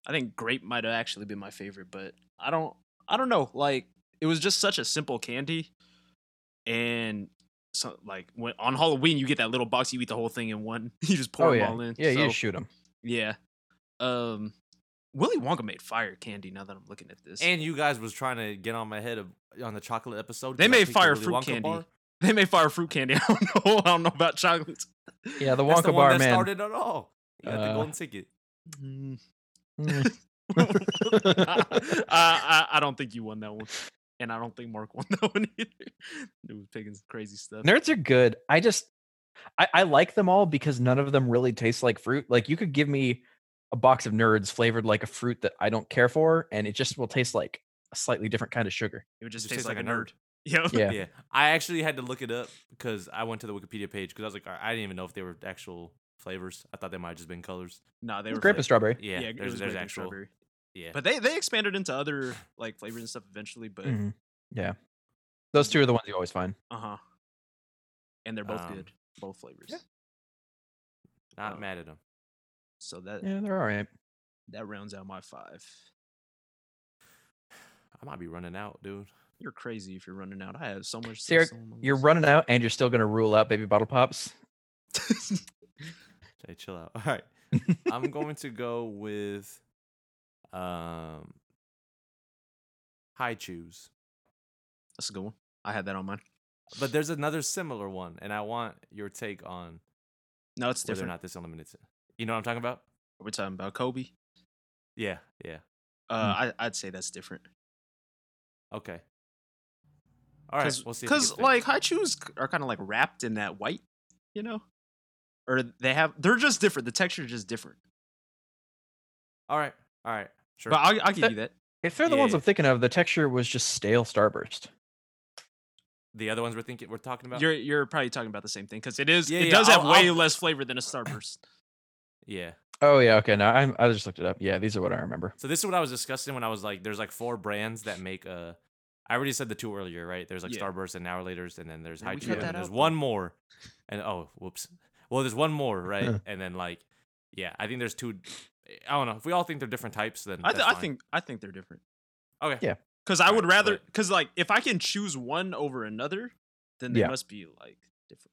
I think grape might have actually been my favorite, but I don't I don't know. Like it was just such a simple candy, and so like when on Halloween you get that little box, you eat the whole thing in one. (laughs) You just pour
oh
them
yeah,
all in.
yeah, you
so,
just shoot
(laughs)
them.
yeah. Um, Willy Wonka made fire candy. Now that I'm looking at this,
And you guys was trying to get on my head of, on the chocolate episode.
They
'cause I
made
picked the
fire
Willy
fruit
Wonka
candy.
bar.
they made fire fruit candy. (laughs) I don't know. I don't know about chocolates.
Yeah, the
That's
Wonka
the one
bar
that
man.
started it all. You got the
Uh,
golden ticket.
Mm.
Mm.
(laughs)
(laughs)
I, I, I don't think you won that one, and I don't think Mark (laughs) won that one either. It was picking some crazy stuff.
Nerds are good. I just I, I like them all because none of them really taste like fruit. Like you could give me a box of nerds flavored like a fruit that I don't care for, and it just will taste like a slightly different kind of
(laughs)
sugar.
It would just,
Just
taste,
tastes
like,
like
a
a
nerd. (laughs) Yeah.
Yeah.
Yeah. I actually had to look it up because I went to the Wikipedia page because I was like, "All right," I didn't even know if they were actual flavors. I thought they might have just been colors.
Nah, they
It's
were
grape
fla-
and strawberry.
Yeah,
it
there's,
was
there's
grape and
actual.
strawberry.
Yeah.
But they they expanded into other like flavors and stuff eventually. But
Mm.
Mhm. Yeah. Those two are the ones you always find.
uh huh. And they're both
Um,
good, both flavors.
not
um,
mad at them.
So that
Yeah, they're all right.
that rounds out my five.
I might be running out, dude.
You're crazy if you're running out. I have so much. stuff
Sarah,
still on my
You're
list.
running out and you're still gonna rule out baby bottle pops.
Hey, chill out. (laughs) All right. I'm going to go with um high chews.
(laughs) That's a good one. I had that on mine.
But there's another similar one, and I want your take on
No, it's
whether or
different.
not this eliminates it. You know what I'm talking about?
We're talking about Kobe.
Yeah, yeah. Hmm.
Uh, I, I'd say that's different.
Okay. All right,
Cause,
we'll see. if it
'cause,
gets there.
like haikus c- are kind of like wrapped in that white, you know, or they have they're just different. The texture is just different.
all right, all right, sure.
But I'll, I'll give you that.
(laughs) If they're the
Yeah,
ones
yeah.
I'm thinking of, the texture was just stale starburst.
the other ones we're thinking, we're talking about.
You're you're probably talking about the same thing because it is
Yeah,
it
yeah,
does have
I'll-
way
I'll-
less flavor than a starburst.
yeah.
Oh yeah, okay. No, I'm, I just looked it up. Yeah, these are what I remember.
So this is what I was discussing when I was like, there's like four brands that make a. I already said the two earlier, right? There's like
Yeah.
Starburst and Hour Later's, and then there's
Yeah,
High
we cut
Chew, and
that
then there's
out,
one more, and oh, whoops. Well, there's one more,
Huh.
(laughs)
right? and then like, yeah, I think there's two. I don't know. If we all think they're different types, then
I,
(coughs)
th-
that's
I
fine.
think I think they're different
okay.
Yeah.
because I
Right,
would rather
but-
because like if I can choose one over another, then they
Yeah.
must be like different.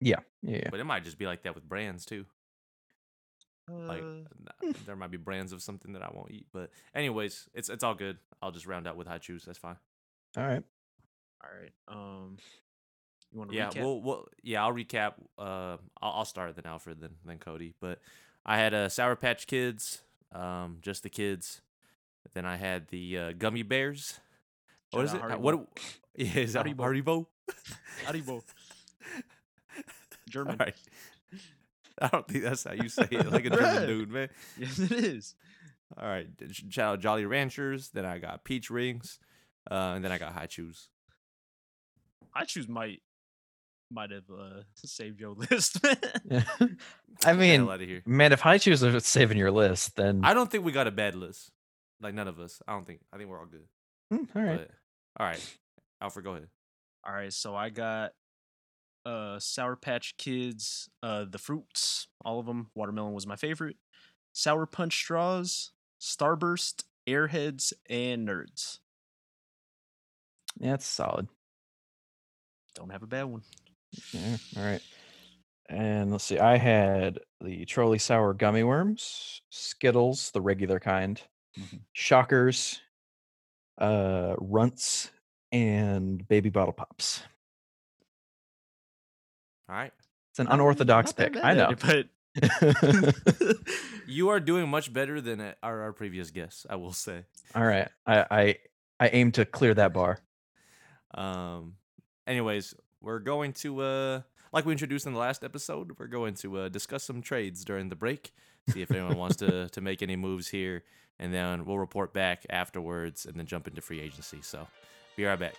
Yeah, yeah. yeah.
But it might just be like that with brands too. Like
Uh,
n- there might be brands of something that I won't eat, but anyways, it's it's all good. I'll just round out with high chews. That's fine.
All right.
all right, um, you want to
yeah
recap?
we'll, we'll yeah i'll recap uh I'll, I'll start then alfred then then cody but i had uh, sour patch kids um just the kids then i had the uh, gummy bears (laughs) what is
Shout
it
out
Uh, what
Haribo.
yeah, is that haribo
Haribo.
all
German.
right (laughs) i don't think that's how you say it like a german
Bread.
dude man
(laughs) Yes, it is.
all right d- sh- shout out jolly ranchers then i got peach rings uh, and then i got high chews
I choose might might have uh, (laughs) saved your list. man.
(laughs) I mean,
out of here
man, if high shoes are saving your list, then
i don't think we got a bad list like none of us i don't think i think we're all good
Mm, all right.
But, all right. Alfred, go ahead.
All right, so I got uh Sour Patch Kids, uh the fruits, all of them. Watermelon was my favorite. Sour Punch straws, Starburst, Airheads, and Nerds.
Yeah, it's solid.
Don't have a bad one.
Yeah, all right. And let's see. I had the trolley sour gummy worms, Skittles, the regular kind,
Mm-hmm.
Shockers, uh, Runts, and baby bottle pops.
All right.
It's an unorthodox
Not that
pick. I
bad
(laughs)
at
know.
it,
(laughs)
You are doing much better than uh, our, our previous guests, I will say.
all right. I, I I aim to clear that bar.
Um anyways, we're going to uh like we introduced in the last episode, we're going to uh, discuss some trades during the break, see if anyone wants to to make any moves here, and then we'll report back afterwards and then jump into free agency. So, be right back.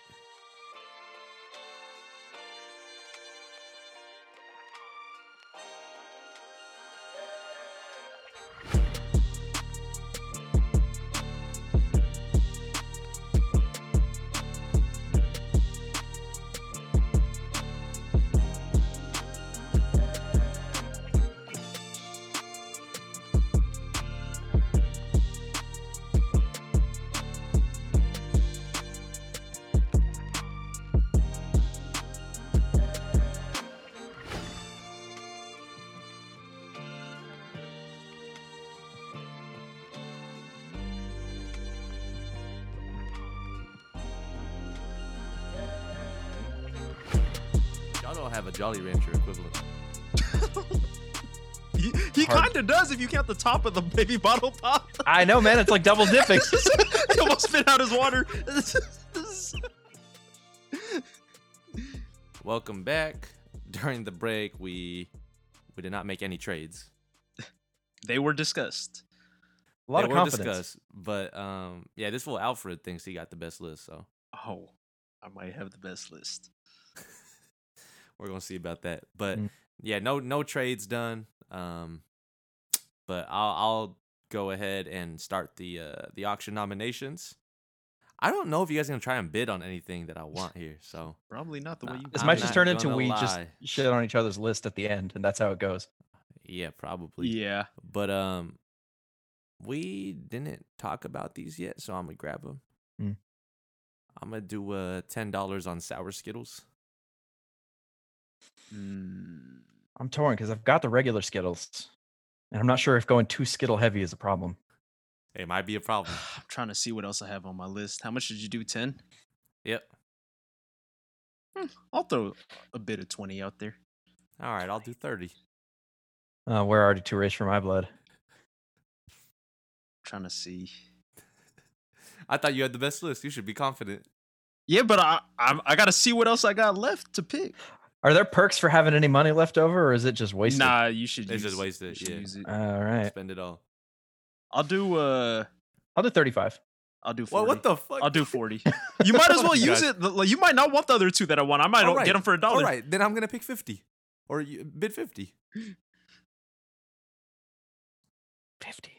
don't have a Jolly Rancher equivalent.
He, he
Hard-
kind of does if you count the top of the baby bottle pop.
I know, man. It's like double dipping.
(laughs) he almost spit out his water. (laughs)
Welcome back. (laughs) During the break, we we did not make any trades.
they were discussed.
A lot
They
of
were
confidence.
discussed, but um, yeah, this fool Alfred thinks he got the best list, so
Oh, I might have the best list.
we're gonna see about that. But
Mm.
yeah, no no trades done. Um, but I'll I'll go ahead and start the uh, the auction nominations. I don't know if you guys are gonna try and bid on anything that I want here. So
Probably not the
Nah,
way you.
This
I'm
might
not
just turn into
gonna
we just
lie.
shit on each other's list at the end, and that's how it goes.
yeah, probably.
Yeah.
But um, we didn't talk about these yet, so I'm gonna grab them.
Mm.
I'm gonna do uh ten dollars on sour Skittles.
Mm, (sighs)
I'm torn because I've got the regular Skittles, and I'm not sure if going too Skittle heavy is a problem.
It might be a problem.
(sighs) I'm trying to see what else I have on my list. How much did you do? Ten. Hmm,
yep.
I'll throw a bit of twenty out there.
All right, I'll do thirty.
Uh, we're already too rich for my blood.
trying to see.
I thought you had the best list. You should be confident.
Yeah, but I I, I got to see what else I got left to pick.
Are there perks for having any money left over, or is it just wasted?
Nah, you should.
It's
use,
just wasted,
you should
yeah.
use it.
All right,
Spend it all.
I'll do. Uh,
I'll do 35.
I'll do. 40.
Well, what the fuck?
I'll do
(laughs)
forty. You might as
Oh
well
my
use
God.
it. Like, you might not want the other two that I want. I might
All
get them for a dollar.
All right, then I'm gonna pick fifty, or you, bid fifty.
50.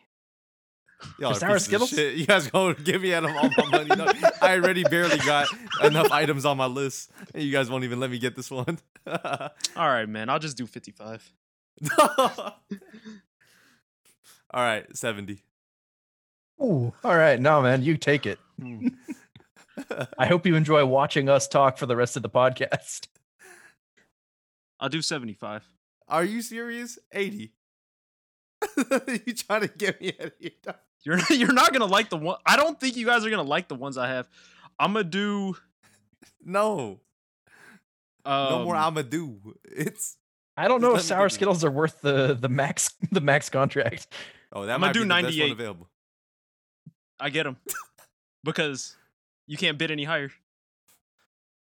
Y'all are
For sour
pieces of
Skittles?
shit. You guys gonna give me out of all my money? No, I already barely got enough items on my list, and you guys won't even let me get this one. (laughs)
All right, man. I'll just do fifty-five.
all right, seventy.
Ooh. All right, no, man, you take it.
Hmm.
I hope you enjoy watching us talk for the rest of the podcast.
I'll do seventy-five. (laughs)
Are you serious? Eighty. (laughs) you trying to get me out of here? dog.
You're you're not gonna like the one. I don't think you guys are gonna like the ones I have. I'm gonna do.
No,
Um,
no more. I'ma do. It's
I don't know if
Let me
sour
think.
Skittles are worth the the max (laughs) the max contract.
oh that
I'ma
might
do
be the best
98.
one available.
I get
(laughs)
them because you can't bid any higher.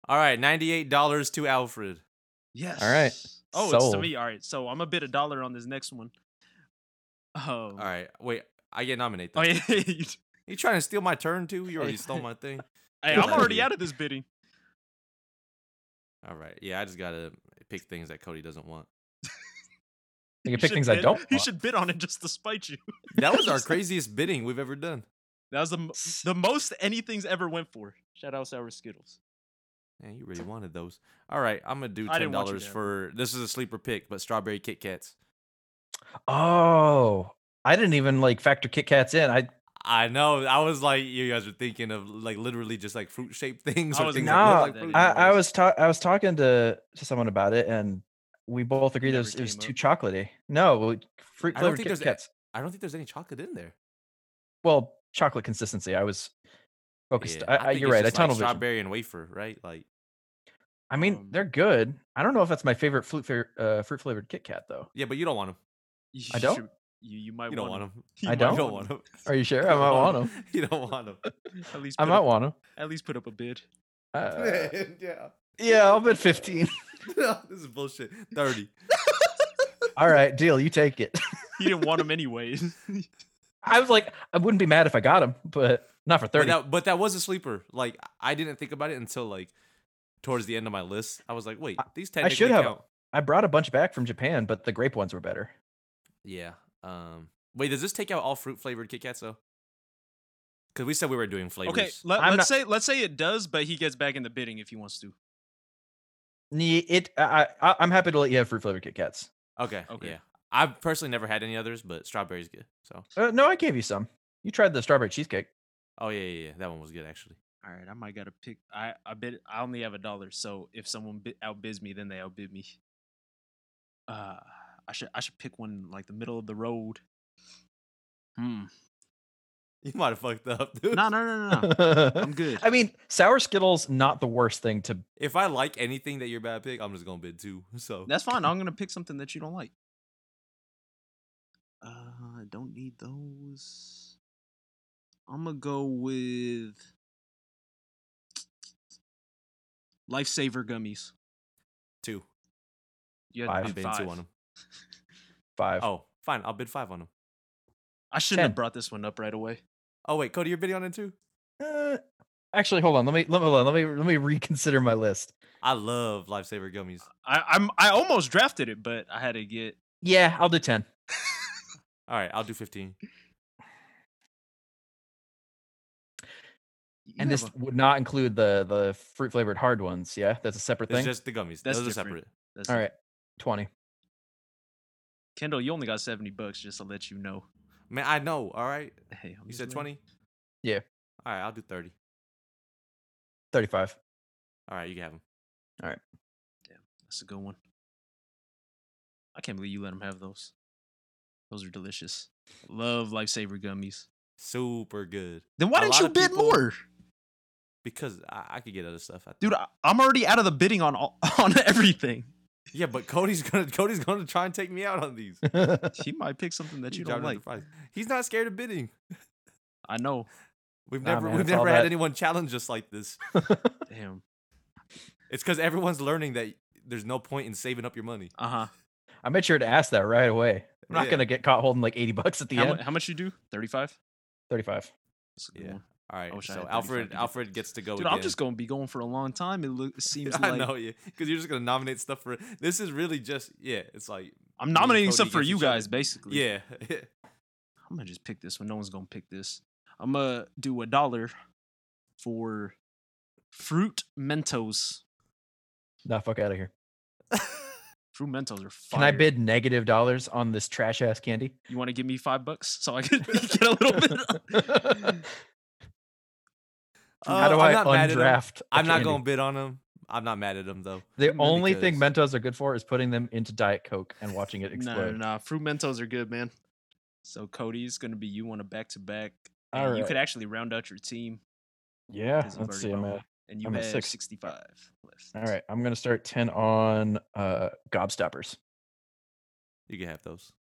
All right, ninety-eight dollars to Alfred.
Yes.
right.
Oh, it's to
Sold.
me. All right. So I'm gonna bid a dollar on this next one. Oh.
All right, wait, I get nominated.
Oh,
then.
yeah. (laughs) hey,
You trying to steal my turn too?
(laughs)
You already stole my thing.
I'm already out of this bidding.
All right, yeah, I just gotta pick things that Cody doesn't
(laughs)
want.
You can pick
should
things I
bid-
don't.
You
want.
should bid on it just to spite you. (laughs)
That was our craziest bidding we've ever done.
That was the m- the most anything's ever went for. Shout out Sour Skittles.
Man, you really wanted those. All right, I'm gonna do
I
ten
didn't want you
dollars
to.
for this is a sleeper pick, but strawberry Kit Kats.
Oh, I didn't even like factor Kit Kats in. I
I know. I was like, you guys are thinking of like literally just like fruit shaped (laughs) things
I
or
was
things
No,
that look like
that
fruit.
I,
Yeah,
I
it's-
was ta- I was talking to to someone about it, and we both agreed it
Never
was, it was
came
too
up.
chocolatey. No, fruit
I don't think
flavored Kit
there's a-
Kats.
I don't think there's any chocolate in there.
Well, chocolate consistency. I was focused.
Yeah,
I, I,
think
you're
it's
right. I
just, like,
tunnel vision.
strawberry and wafer, right? Like,
I mean,
um,
they're good. I don't know if that's my favorite fruit flavor, uh, fruit flavored Kit Kat though.
yeah, but you don't want them.
You
I don't?
should- You, you might
You don't
want
want
'em.
them.
(laughs) You
I
might
don't?
You don't want them.
Are you sure? I might want them.
(laughs) You don't want them.
At least
I
put
might
up,
want them.
at least put up a bid.
(laughs)
Uh,
yeah.
yeah, I'll bet fifteen. (laughs)
this is bullshit. Thirty.
All right, deal. You take it. (laughs)
He didn't want them anyways. (laughs)
I was like, I wouldn't be mad if I got them, but not for
But
thirty.
that, but that was a sleeper. Like I didn't think about it until like towards the end of my list. I was like, wait,
I-
these
I
technically
should have-
count.
I brought a bunch back from Japan, but the grape ones were better.
Yeah. Um. Wait, does this take out all fruit flavored Kit Kats though? Because we said we were doing flavors.
okay, let,
I'm
us
not-
say let's say it does, but he gets back in the bidding if he wants to.
Nee, It. I, I. I'm happy to let you have fruit flavored Kit Kats.
okay.
Okay.
Yeah. I've personally never had any others, but strawberries good. So.
Uh, no, I gave you some. You tried the strawberry cheesecake.
Oh yeah, yeah, yeah. That one was good actually. (laughs)
All right, I might gotta pick. I I bid. I only have a dollar, so if someone bid, outbids me, then they outbid me. Uh, I should I should pick one like the middle of the road. Hmm.
You might have fucked up, dude.
No, no, no,
(laughs)
no, no. I'm good.
I mean, sour Skittles not the worst thing to.
If I like anything that you're about to pick, I'm just gonna bid two. (laughs) So
That's fine. I'm gonna pick something that you don't like. Uh, I don't need those. I'm gonna go with lifesaver gummies.
two.
You
Five.
had to
I'm
bid
bidding
five.
two on them.
Five.
Oh, fine. I'll bid five on them.
I shouldn't
Ten.
have brought this one up right away.
Oh wait, Cody, you're bidding on it too.
Oh.
Uh, actually, hold on. Let me let me hold on, let me let me reconsider my list.
I love lifesaver gummies.
I, I'm I almost drafted it, but I had to get
Yeah, I'll do ten.
All right, I'll do fifteen.
you
And
have
this
a-
would not include the the fruit flavored hard ones. Yeah, that's a separate
It's
thing.
just the gummies.
That's
Those are
different.
separate.
that's
All
it.
right, twenty.
Kendall, you only got seventy bucks just to let you know.
Man, I know. All right.
Hey, I'm
You
just
said
letting-
twenty.
Yeah.
All right, I'll do thirty.
(laughs) 35.
All right, you can have them.
That's a good one. I can't believe you let them have those. Those are delicious. Love lifesaver gummies.
Super good.
Then why
A
didn't
lot
you
of
bid
people-
more,
Because I, I could get other stuff. I
dude?
think.
I, I'm already out of the bidding on all, (laughs) on everything.
(laughs) Yeah, but Cody's gonna Cody's gonna try and take me out on these.
He might pick something (laughs) that
He
you don't
driving up
like.
the price. He's not scared of bidding.
I know.
We've
Nah,
never
man,
we've
it's all
never had
that-
anyone challenge us like this.
Damn.
It's because everyone's learning that there's no point in saving up your money. (laughs)
Uh huh.
I made sure to ask that right away. I'm not
Yeah.
gonna get caught holding like 80 bucks at the
How,
end.
mu- how much you do? Thirty five.
35.
Yeah. All right.
wish I
So
had 35
Alfred
to get
Alfred gets to go.
Dude, I'm
again. (laughs)
just gonna be going for a long time. It, look, it seems
I
like
know you because you're just gonna nominate stuff for. This is really just yeah. It's like
I'm
and
nominating
Cody
stuff for
against
you
each other.
guys, basically.
yeah. (laughs)
I'm gonna just pick this one. No one's gonna pick this. I'm gonna do a dollar for fruit Mentos.
Nah, fuck out of here.
Fruit Mentos are fire.
Can I bid negative dollars on this trash ass candy?
You want to give me five bucks
(laughs)
so
(laughs)
I can (laughs) get a little bit?
Uh,
How do
Oh,
I
I'm not mad at him.
undraft? a
I'm not
candy?
gonna bid on him. I'm not mad at him though.
The
Merely
only thing Mentos are good for is putting them into Diet Coke and watching (laughs) it
No, no,
explode.
no. Fruit Mentos are good, man. So Cody's gonna be you on a back to back.
All
You
right.
could actually round out
(laughs)
your team.
Yeah,
'cause you've
let's
already
see. I'm
gone.
at.
And you
I'm at
have
six.
65 left.
All right, I'm gonna start 10 on uh Gobstoppers.
You can have those.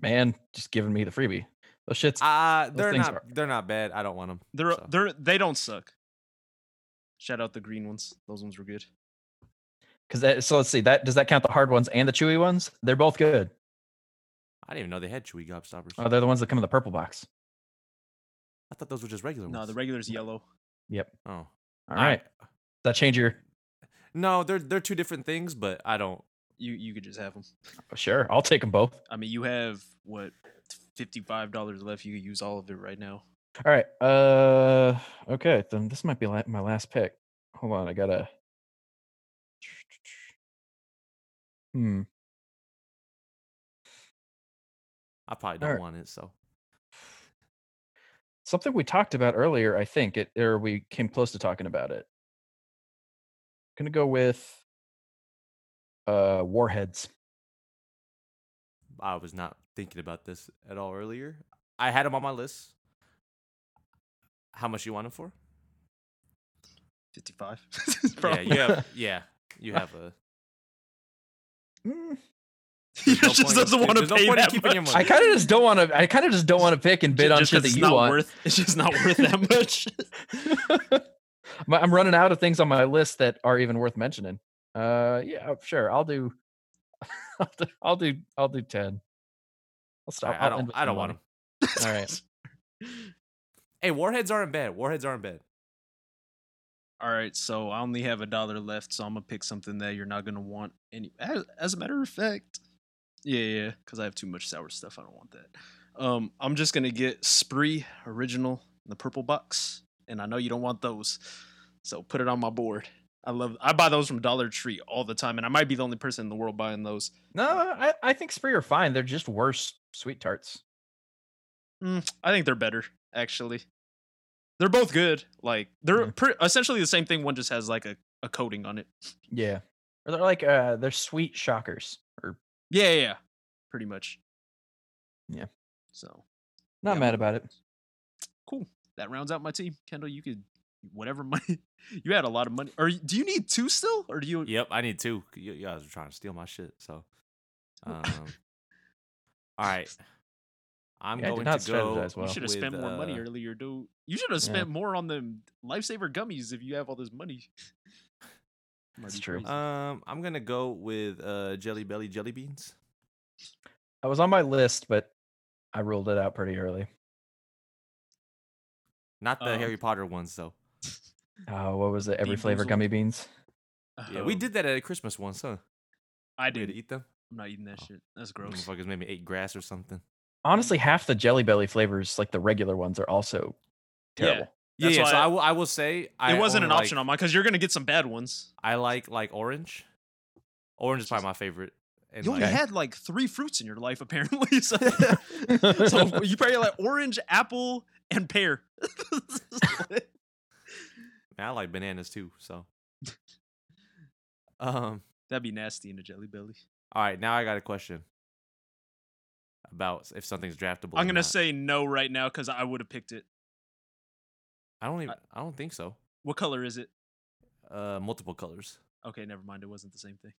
Man, just giving me the freebie. Those shits.
Uh they're
things
not
are-
they're not bad. I don't want them.
They're
So.
they're they don't suck. Shout out the green ones. Those ones were good.
Because that, so let's see. That does that count the hard ones and the chewy ones? They're both good.
I didn't even know they had chewy gobstoppers.
Oh, they're the ones that come in the purple box.
I thought those were just regular
No,
ones.
the regular's yellow.
oh,
All right. Does that change your?
no, they're they're two different things, but I don't.
You you could just have them.
Sure, I'll take them both.
I mean, you have what fifty five dollars left. You could use all of it right now.
All right. Uh, okay. Then this might be la- my last pick. Hold on, I gotta. Hmm.
I probably don't
Alright.
want it. So
Something we talked about earlier, I think it, or we came close to talking about it. Gonna go with. Uh, warheads.
I was not thinking about this at all earlier. I had them on my list. How much you want them for?
Fifty five.
Yeah,
(laughs)
you
(laughs)
have. Yeah, you have a.
Mm,
He
There's no
just
point in-
doesn't want to
there's no
pay
point in
that
keeping your
much.
I kind of just don't want to. I kind of just don't want to pick and bid
Ju-
on
just
shit
'cause
that
it's
you
not
want.
Worth, it's just not
(laughs)
worth that much.
My- I'm running out of things on my list that are even worth mentioning. Uh, yeah, oh, sure. I'll do. (laughs) I'll do. I'll do. I'll do ten. I'll stop.
Alright, I
I'll
don't.
end with
I
some
don't want
money.
them.
All
(laughs)
right.
Hey, warheads aren't bad. Warheads aren't bad.
All right, so I only have a dollar left, so I'm gonna pick something that you're not gonna want. Any, as, as a matter of fact, yeah, yeah, because I have too much sour stuff. I don't want that. Um, I'm just gonna get Spree Original in the purple box, and I know you don't want those, so put it on my board. I love. I buy those from Dollar Tree all the time, and I might be the only person in the world buying those.
No, I, I think Spree are fine. They're just worse sweet tarts.
Mm, I think they're better, actually. They're both good. Like they're
Mm-hmm.
Yeah.
pre- essentially the same thing. One just has like a, a coating on it.
Yeah. Or they're like uh, they're sweet shockers. Or
Yeah, yeah, yeah. Pretty much.
Yeah.
So
Not
Yeah,
mad about it.
Cool. That rounds out my team. Kendall, you could whatever (laughs) money you had a lot of money. Or do you need two still? Or do you?
Yep, I need two. You, you guys are trying to steal my shit. So, um, all right. I'm
Yeah, I did
going
not
to go.
strategize well.
you should have
with,
spent more money
uh,
earlier, dude. You should have
yeah.
spent more on the lifesaver gummies if you have all
(laughs)
this money.
That's
Might be
true.
crazy.
Um, I'm gonna go with uh, Jelly Belly jelly beans.
I was on my list, but I ruled it out pretty early.
Not the
Um,
Harry Potter ones though.
Oh, what was it? Every flavor
Beazled.
gummy beans.
Uh, Yeah, we
Um,
did that at Christmas once, huh?
I
We had to
did.
eat them.
I'm not eating that
Oh.
shit. That's gross.
Motherfuckers maybe ate grass or something.
Honestly, half the Jelly Belly flavors, like the regular ones, are also
Yeah.
terrible.
Yeah,
That's
yeah.
why
So
I-
I will. I will say I
it wasn't
only
an option
like-
on mine because you're gonna get some bad ones.
I like like orange. Orange is probably my favorite. And
You only
like-
had like three fruits in your life, apparently. (laughs) So, so you probably like orange, apple, and pear. (laughs)
I like bananas too. So, (laughs) um,
That'd be nasty in a jelly belly.
all right. Now I got a question about if something's draftable. or
I'm gonna
not.
say no right now because I would have picked it.
I don't even. I don't think so.
What color is it?
Uh, multiple colors.
Okay, never mind. It wasn't the same thing.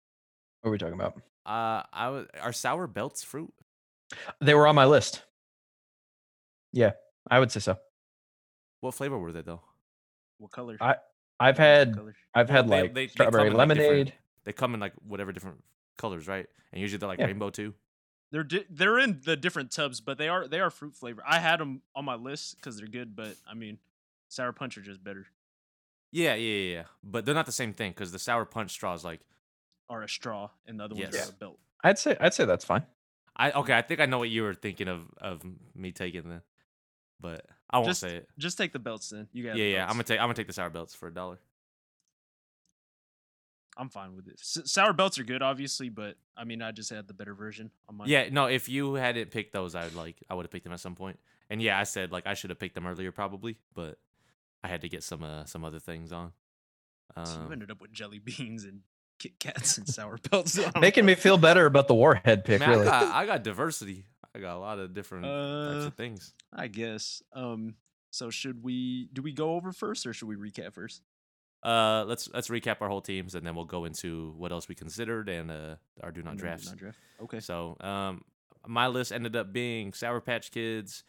What are we talking about?
Uh, I was are sour belts fruit.
They were on my list. Yeah, I would say so.
What flavor were they though?
What color?
I- I've
Don't know what
had
color.
I've had
Oh, Well, they-
like
they- they come
strawberry
in, like, different-
lemonade.
They come in like whatever different colors, right? And usually they're like
Yeah.
rainbow too.
They're di- they're in the different tubs, but they are they are fruit flavor. I had them on my list because they're good, but I mean, sour punch are just better.
Yeah, yeah, yeah. yeah. But they're not the same thing because the sour punch straw is like
Or a straw, and the other ones
Yes.
are a belt.
I'd say I'd say that's fine.
I okay. I think I know what you were thinking of of me taking the, but I won't
Just-
say it.
Just take the belts then. You got
Yeah, yeah. I'm gonna take I'm gonna take the sour belts for a dollar.
I'm fine with it. S- sour belts are good, obviously, but I mean, I just had the better version on mine.
Yeah, no. If you hadn't picked those, I would like I would have picked them at some point. And yeah, I said like I should have picked them earlier probably, but I had to get some uh some other things on.
So you
Um,
ended up with jelly (laughs) beans and Kit Kats and sour (laughs) belts.
Oh,
I don't
Making
know.
me feel better about the warhead pick,
man, I
really.
got I got diversity. I got a lot of different types
Uh,
of things.
I guess. Um. So should we? Do we go over first, or should we recap first?
Uh, let's let's recap our whole teams and then we'll go into what else we considered and uh our do not
And then do
drafts.
Not draft. Okay.
So, um, my list ended up being Sour Patch Kids,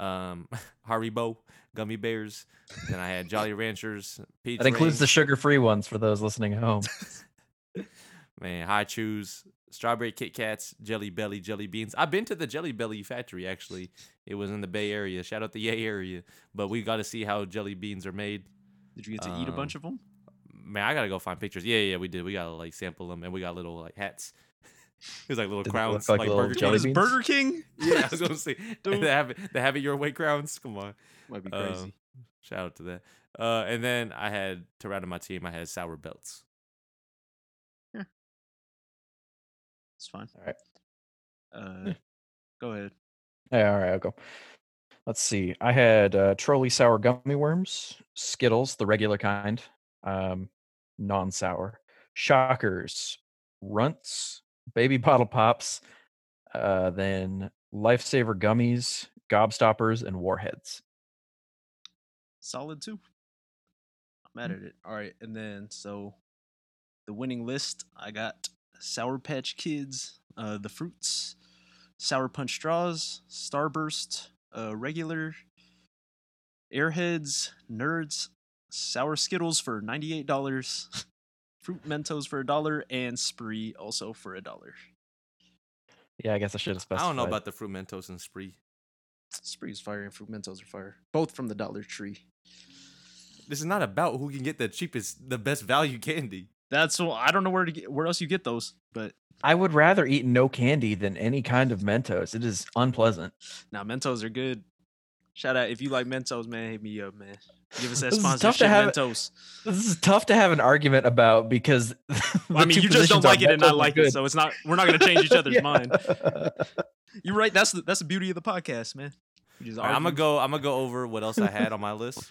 um, (laughs) Haribo, Gummy Bears. Then I had Jolly Ranchers, Peach.
That includes the
Rings,
sugar-free ones for those listening at home.
man. High Chews, Strawberry Kit Kats, Jelly Belly, Jelly Beans. I've been to the Jelly Belly factory actually. It was in the Bay Area. Shout out the Yay area. But we got to see how jelly beans are made.
Did you get to eat
um,
a bunch of them?
Man, I gotta go find pictures. Yeah, yeah, we did. We gotta like sample them, and we got little like hats. (laughs) it was like little
Did they look
crowns,
like
like,
little
Burger
jelly
King.
What
beans?
is Burger King?
(laughs) Yeah, I
(laughs)
was gonna say they
Dude.
have it, they have it your way crowns. Come on,
Might be
Uh,
crazy.
shout out to that. Uh, and then I had to round out my team. I had sour belts.
it's fine.
all right.
(laughs)
Uh, go ahead.
Yeah, all right, I'll go. Let's see. I had uh, trolley sour gummy worms, Skittles, the regular kind, um, non-sour, Shockers, Runts, baby bottle pops, uh, then lifesaver gummies, gobstoppers, and warheads.
Solid two. I'm mad at it. All right, and then so the winning list. I got Sour Patch Kids, uh, the fruits, Sour Punch straws, Starburst, uh, regular, Airheads, Nerds, Sour Skittles for ninety eight dollars, (laughs) Fruit Mentos for a dollar, and Spree also for a dollar.
Yeah, I guess I should have specified.
I don't know about the fruit Mentos and Spree.
Spree is fire and Fruit Mentos are fire, both from the Dollar Tree.
This is not about who can get the cheapest, the best value candy.
That's wh- I don't know where to get where else you get those, but
I would rather eat no candy than any kind of Mentos. It is unpleasant.
Nah, Mentos are good. Shout out if you like Mentos, man, hit me up, man. Give us that
This is tough to
sponsorship,
have it-
Mentos.
This is tough to have an argument about because (laughs)
Well, I
the
mean,
two
you just don't
positions are
like it and I
Mentos is
like it,
good.
so it's not. We're not gonna
(laughs)
change each other's
Yeah.
mind. You're right. That's the, that's the beauty of the podcast, man. You just
I'm gonna
argue.
go. I'm gonna go over what else I had on my (laughs) list.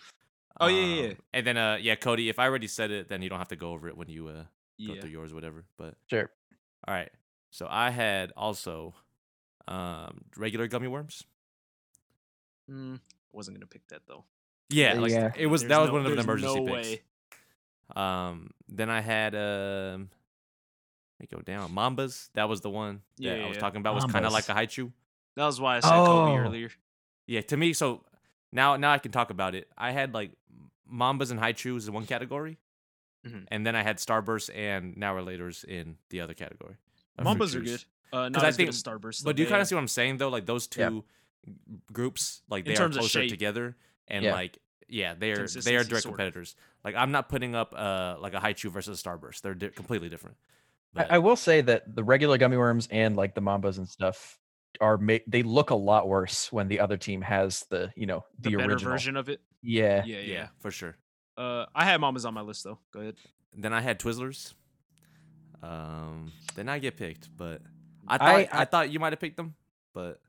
Oh, yeah, yeah, yeah.
And then uh, yeah, Cody. If I already said it, then you don't have to go over it when you uh go
Yeah.
through yours, whatever. But
Sure.
all right. So I had also um regular gummy worms,
Mm, I wasn't gonna pick that though.
Yeah,
Uh,
like
yeah.
it was
There's
that was
no-
one of the
there's
emergency
no
picks.
way.
Um, then I had um, let me go down. Mambas, that was the one that
Yeah,
I was
yeah.
talking about. Was kind of like a
Mambas.
haichu.
That was why I said Kobe
Oh.
earlier.
Yeah, to me, so now now I can talk about it. I had like Mambas and haichus in one category,
Mhm.
and then I had Starburst and Now Relators in the other category. of fruit
Mambas are
juice.
good. Uh,
'Cause
not
I
as good
think-
as Starburst. though.
But do you
They
kind
have-
of see what I'm saying though? Like those
Yeah.
two g- groups, like
In
they are
terms of
closer
shape.
together, and
Yeah.
like yeah, they are they are
Consistency,
direct
sort of.
competitors. Like I'm not putting up uh like a Haichu versus Starburst. They're di- completely different. But
I, I will say that the regular gummy worms and like the mambas and stuff are ma- they look a lot worse when the other team has the you know
the,
the,
better
original
version of it.
Yeah,
Yeah, yeah.
yeah, for sure.
Uh, I had Mambas on my list though. Go ahead.
Then I had Twizzlers. Um, did not get picked, but I thought
I-
I,
I-
thought you might have picked them, but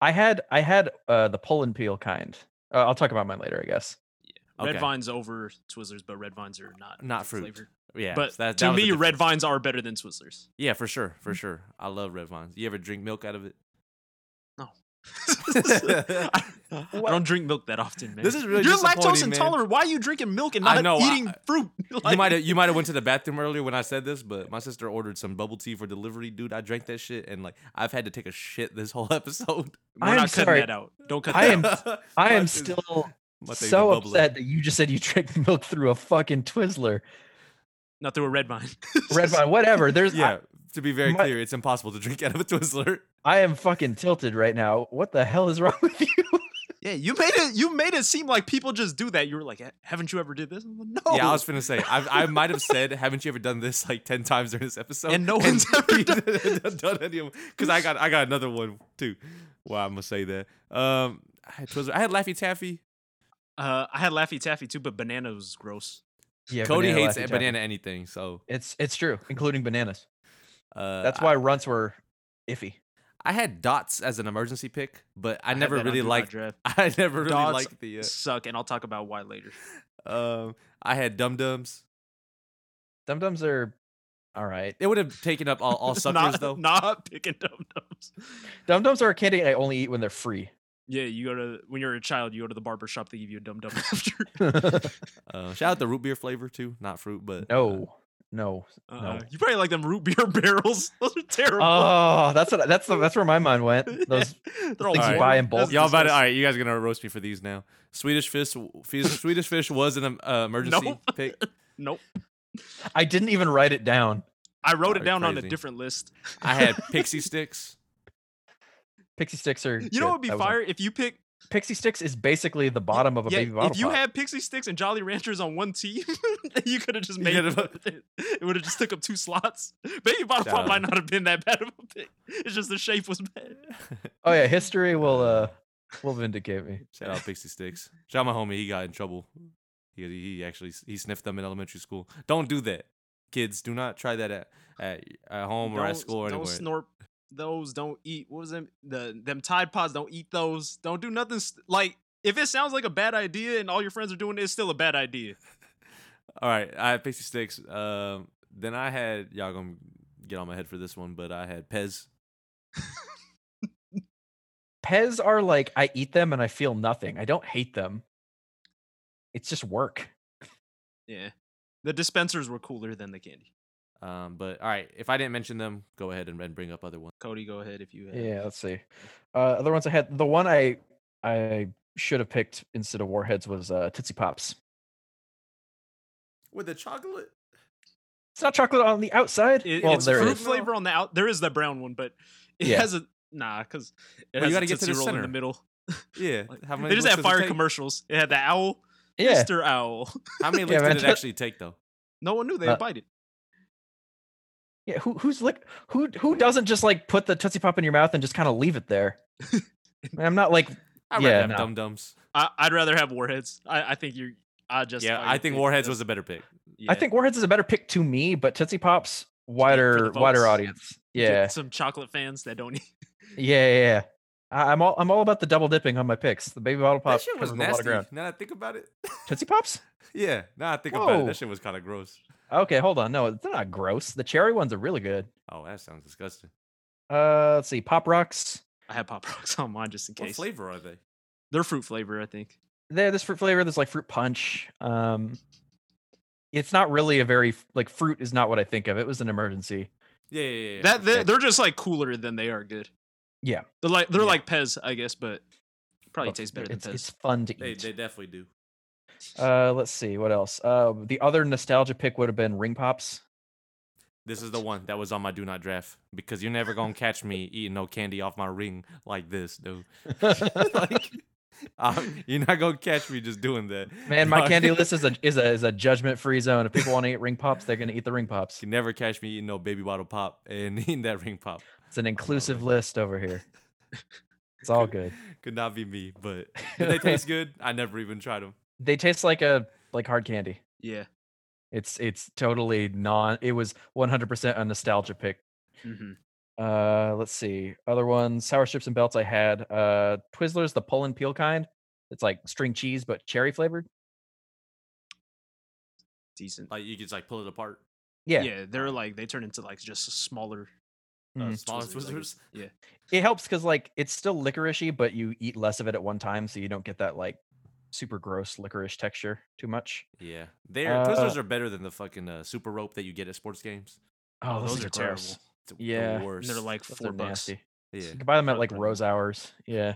I had I had uh, the pull and peel kind. Uh, I'll talk about mine later, I guess.
Red
Okay.
vines over Twizzlers, but red vines are not
Not
the
fruit.
Flavor.
yeah.
but
so that,
to
that was the
me, red
difference.
vines are better
(laughs)
than (laughs) Twizzlers.
Yeah, for sure, for sure. I love red vines. You ever drink milk out
(laughs)
of it? (laughs)
I, I
What?
don't drink milk that often, man.
This is really
You're lactose
disappointing, man.
intolerant. Why are you drinking milk and
I
not
know, I-
eating fruit? (laughs)
you might have you might have went to the bathroom earlier when I said this, but my sister ordered some bubble tea for delivery, dude. I drank that shit, and like I've had to take a shit this whole (laughs) episode.
We're
I'm
not cutting
sorry.
that out. Don't cut
I
that
am-
out.
I
My
am
is-
still
my thing's
so
bubbling.
upset that you just said you (laughs) drank milk through a fucking Twizzler,
Not through a
(laughs)
red vine.
(laughs) red vine, whatever. There's I-
Yeah, to be very
my-
clear, it's impossible to drink (laughs) out of a Twizzler.
I am fucking tilted right now. What the hell is (laughs) wrong with you?
Yeah, you made it. You made it seem like people just do that. You were like, "Ha- "Haven't you ever did this?" I'm like, no.
Yeah, I was finna say I, I might have said, haven't you ever done this like ten times during this episode?
And
(laughs)
no one's ever
you
done-
didn't done any of because I got I got another one too. Well, I'm gonna say that. Um, I had Twizzler. I had Laffy Taffy.
uh, I had Laffy Taffy too, but banana was gross.
Yeah,
Cody
banana
hates
Laffy Taffy.
banana anything, so
It's it's true, including bananas.
uh,
That's
I-
why runts were iffy.
I had dots as an emergency pick, but I,
had
never
that on
really
Do Not
liked.
Drive.
(laughs) I never really
Dots
liked the.
suck, and I'll talk about why later.
Uh, um, I had dum dums.
Dum dums are all right.
It would have taken up all,
(laughs)
all suckers
not,
though.
Not picking dum dums.
Dum dums are a candy I only eat when they're
(laughs)
free.
Yeah, you go to when you're a child, you go to the barber shop. They give you a dum (laughs) dum after.
no,
Uh, shout out the root beer flavor too, not fruit, but uh,
no.
Uh,
No.
You probably like them root (laughs) beer barrels. Those are terrible. (laughs)
Oh, that's what that's the, that's where my mind went. Those
They're all
things you
warm.
buy in bulk.
That's
y'all about to, all
disgusting.
right, you guys are gonna roast me for these now. Swedish fish, fish Swedish fish was an um, uh, emergency
Nope.
pick.
Nope.
I didn't even write it down.
I wrote it
You're
down on a
crazy.
different
(laughs)
list.
I had
(laughs)
pixie sticks.
Pixie sticks are.
You know what would be fire
fired?
if you pick
Pixie sticks is basically the bottom of a
yeah,
baby bottle.
If you
pop.
had Pixie Sticks and Jolly Ranchers on one team, (laughs) you could have just
You
made
could've-
both. (laughs) it. It would have just took up two slots. Baby Bottle Pop
Duh.
might not have been that bad of a pick. It's just the shape was bad.
oh yeah, history will uh will vindicate
(laughs)
me.
Shout out pixie sticks. Shout out my homie. He got in trouble. He, he actually he sniffed them in elementary school. Don't do that, kids. Do not try that at at, at home or at
Don't-
school or
don't
anywhere.
snort those. Don't eat. What was them? The them Tide Pods. Don't eat those. Don't do nothing. St- like if it sounds like a bad idea and all your friends are doing it, it's still a bad idea.
All right, I had Pixie Sticks. Um, then I had y'all gonna get on my head for this one, but I had Pez.
Pez are like I eat them and I feel nothing. I don't hate them. It's just work.
Yeah. The dispensers were cooler than the candy.
Um, but all right, if I didn't mention them, go ahead and, and bring up other ones.
Cody, go ahead if you. Have.
Yeah, let's see. Uh, other ones I had. The one I I should have picked instead of warheads was uh, Tootsie Pops.
With the chocolate,
It's not chocolate on the outside.
It,
well,
it's
there
fruit
is.
flavor on the out. There is the brown one, but it
Yeah.
has a nah because it
Well, you
has
gotta
a
get to the
Tootsie roll in the
center.
middle.
yeah.
Like,
How many?
they just
licks
had
does it
fire
take?
commercials. It had the owl,
Yeah,
Mr. Owl. (laughs)
How many
Yeah,
licks
man,
did it
that-
actually take though?
No one knew they
Uh,
would bite it.
yeah. Who who's like who who doesn't just like put the Tootsie Pop in your mouth and just kind of leave it
(laughs)
there? I mean, I'm not like
I
yeah,
have
no.
Dum Dums.
I, I'd rather have warheads. I, I think you're. I just.
Yeah, I think Warheads was a better pick.
I think warheads is a better pick to me, but Tootsie Pops
for
wider
the
wider
votes.
audience. Yeah,
Some chocolate fans that don't. e-, eat.
yeah, yeah. yeah. I, I'm all I'm all about the double dipping on my picks. The baby bottle pop
that shit was
covers a lot
nasty.
of ground.
Now that I think about it,
Tootsie Pops?
(laughs) yeah. Now I think about it,
Whoa.
that shit was kind of gross.
Okay, hold on. No, they're not gross. The cherry ones are really good.
Oh, that sounds disgusting.
Uh, let's see. Pop rocks.
I had Pop Rocks (laughs) on mine just in
What
case.
flavor are they?
They're fruit flavor, I think.
there this fruit flavor there's like fruit punch um it's not really a very f- like fruit is not what i think of it was an emergency
Yeah, yeah, yeah. yeah,
that
for sure.
they're, they're just like cooler than they are good.
Yeah.
They're like they're
Yeah.
like Pez, I guess, but probably
but
tastes better
it's,
than Pez.
it's fun to
They,
eat
they definitely do.
uh let's see what else uh the other nostalgia pick would have been ring pops
This is the one that was on my do not draft because you're never gonna catch
(laughs)
me eating no candy off my ring like this, dude. like, (laughs) I'm- you're not gonna catch me just doing that.
man
(laughs)
my
Like,
candy list is a is a is a judgment free zone if people want to eat ring pops they're gonna eat the
(laughs)
ring pops
You can never catch me eating no baby bottle pop and (laughs) eating that ring pop.
it's an inclusive
ring.
list over here it's all good
(laughs) Could not be me, but did they taste good? I never even tried them.
they taste like a like hard candy
yeah.
it's it's totally non it was 100% a nostalgia pick
hmm
Uh, let's see. Other ones, sour strips and belts. I had uh Twizzlers, the pull and peel kind. It's like string cheese but cherry flavored.
Decent.
Like you could just like pull it apart.
Yeah,
they're like they turn into like just a smaller
Uh,
Mm.
Smaller
Twizzlers, I
Twizzlers.
guess. Yeah.
it helps because like it's still licoricey, but you eat less of it at one time, so you don't get that like super gross licorice texture too much.
(laughs) Yeah, they're
Uh,
Twizzlers are better than the fucking uh, super rope that you get at sports games.
Oh,
those
those,
are
are gross.
terrible.
It's the
Yeah, and they're
And
worst.
they're like
Those
four
are
bucks.
nasty.
yeah,
You can buy them at
Fuck
like
them.
Rose Hours. Yeah.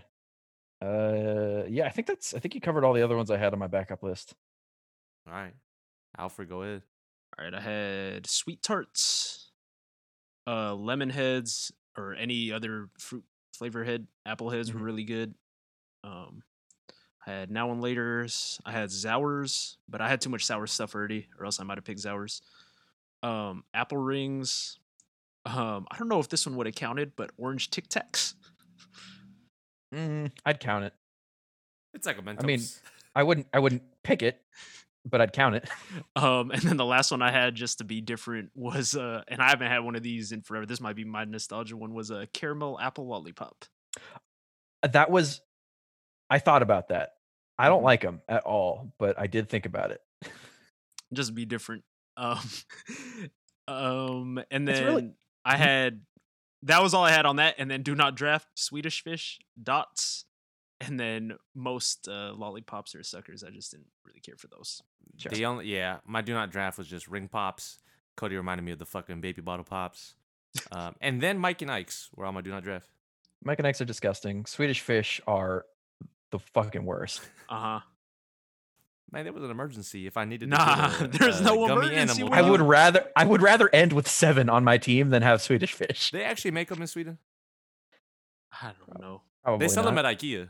Uh, yeah. I think that's. I think you covered all the other ones I had on my backup list.
all right. Alfred, go ahead.
All right, I had sweet tarts, uh, lemon heads, or any other fruit flavor head. Apple heads were
Mhm.
really good. Um, I had now and later's. I had sours, but I had too much sour stuff already, or else I might have picked sours. Um, apple rings. Um, I don't know if this one would have counted, but orange Tic Tacs. (laughs)
Mm, I'd count it.
It's like a Mentos.
mean, I wouldn't. I wouldn't pick it, but I'd count it.
Um, and then the last one I had just to be different was, uh, and I haven't had one of these in forever. This might be my nostalgia one. Was a caramel apple lollipop.
Uh, that was i thought about that i don't
Mm-hmm.
Mhm.
like them at all but i did think about it (laughs)
just be different. Um, (laughs) um, and
It's
then
really-
I
Mhm.
had that was all I had on that, and then do not draft Swedish fish dots, and then most uh, lollipops or suckers. I just didn't really care for those.
sure.
The only yeah, my do not draft was just ring pops. Cody reminded me of the fucking baby bottle
(laughs)
pops. Um, and then Mike and Ike's were on my do not draft.
mike and x are disgusting swedish fish are the fucking worst
Uh huh.
Man, it was an emergency. If I needed,
Nah,
(laughs) to get a,
there's
a
no
gummy
emergency
animal
when
i
dog-
would rather i would rather end with seven on my team than have swedish fish (laughs)
They actually make them in Sweden.
I don't know,
Probably
They sell them
not.
at IKEA.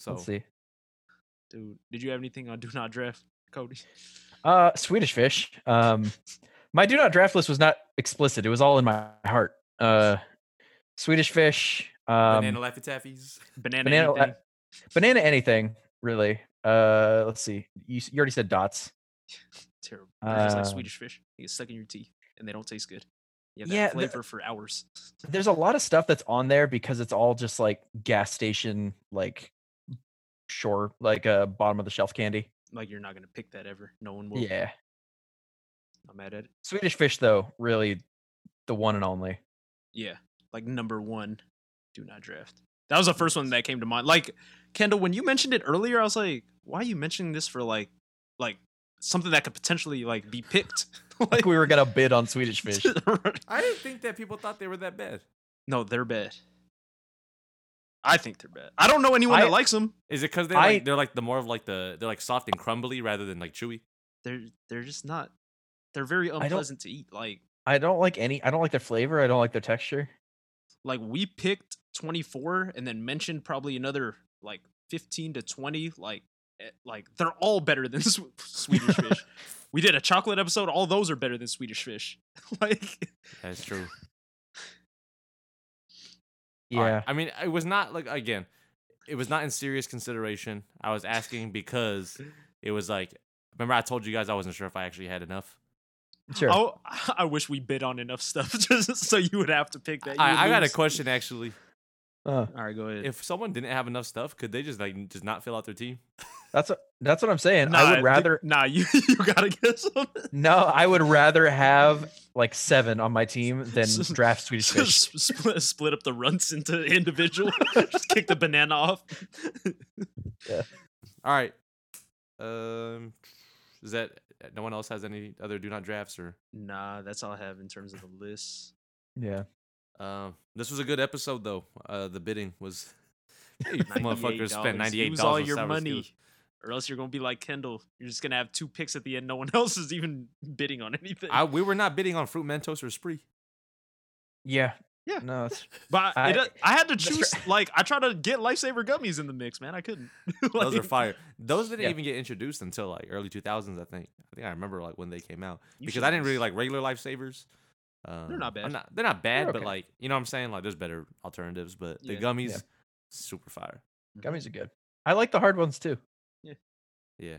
So
let's see
dude. Did you have anything on do not draft, Cody?
uh swedish fish um my do not draft list was not explicit it was all in my heart uh swedish fish um
banana Laffy Taffies.
(laughs)
(laughs)
Banana.
Banana- uh,
anything?
banana anything really uh let's see you, s- you already said dots
Terrible. They're just like
um,
Swedish fish. They get stuck in your teeth, and they don't taste good. You have
Yeah,
that
the-
flavor for hours. (laughs)
there's a lot of stuff that's on there because it's all just like gas station like shore like uh bottom of the shelf candy
Like you're not gonna pick that ever. No one will.
yeah
I'm mad at it.
swedish fish though really the one and only
Yeah, like number one, do not draft. That was the first one that came to mind. Like Kendall, when you mentioned it earlier, I was like, why are you mentioning this for like, like something that could potentially like be picked? (laughs)
like we were gonna bid on swedish fish
I didn't think that people thought they were that bad.
no, they're bad. I think they're bad. I don't know anyone
I-
that likes them.
Is it because they
I-
like, they're like the more of like the they're like soft and crumbly rather than like chewy?
They're they're just not. They're very
don't-
unpleasant to eat. Like
i don't like any i don't like their flavor i don't like their texture
like we picked 24 and then mentioned probably another like 15 to 20 like eh, like they're all better than (laughs) Swe-
(laughs)
swedish fish we did a chocolate episode all those are better than swedish fish (laughs) like
That's true. All right.
yeah
I mean, it was not like again, it was not in serious consideration. I was asking because it was like remember I told you guys I wasn't sure if I actually had enough.
sure
oh (laughs) i wish we bid on enough stuff (laughs) just so you would have to pick that You would
I, I got a
lose.
question
(laughs)
actually.
Uh,
all right go ahead
If someone didn't have enough stuff, could they just like just not fill out their team?
that's what that's what i'm saying
nah,
i
d-
would rather
(laughs) nah you you gotta guess on it.
no i would rather have like seven on my team than
S-
draft
(laughs)
swedish
s-
fish (laughs)
split, split up the runts into individual just kick the banana off
Yeah.
All right. Um, is that no one else has any other do not drafts or?
(laughs) Nah, that's all I have in terms of the list.
Yeah.
Um, this was a good episode though. Uh, the bidding
(laughs)
was. You
$98.
motherfuckers spent ninety eight
Use all
dollars.
your money, or else you're gonna be like Kendall. You're just gonna have two picks at the end. No one (laughs) else is even bidding on anything.
I, we were not bidding on fruit Mentos or
(laughs)
Spree.
Yeah.
Yeah.
No, it's
but I,
I-
it, does- I
(laughs)
had to
That's
choose. Like I tried to get lifesaver gummies in the mix, man. I couldn't. (laughs)
Those are
Like,
fire. Those didn't
Yeah.
even get introduced until like early two thousands. I think. I think I remember like when they came out
you
because
should
I didn't
just-
really like regular lifesavers. Um,
not
I'm
bad.
they're not bad, but
okay.
like you know what I'm saying. Like there's better alternatives, but the
Yeah. Yeah.
gummies, super fire.
gummies are good. I like the hard ones too.
Yeah.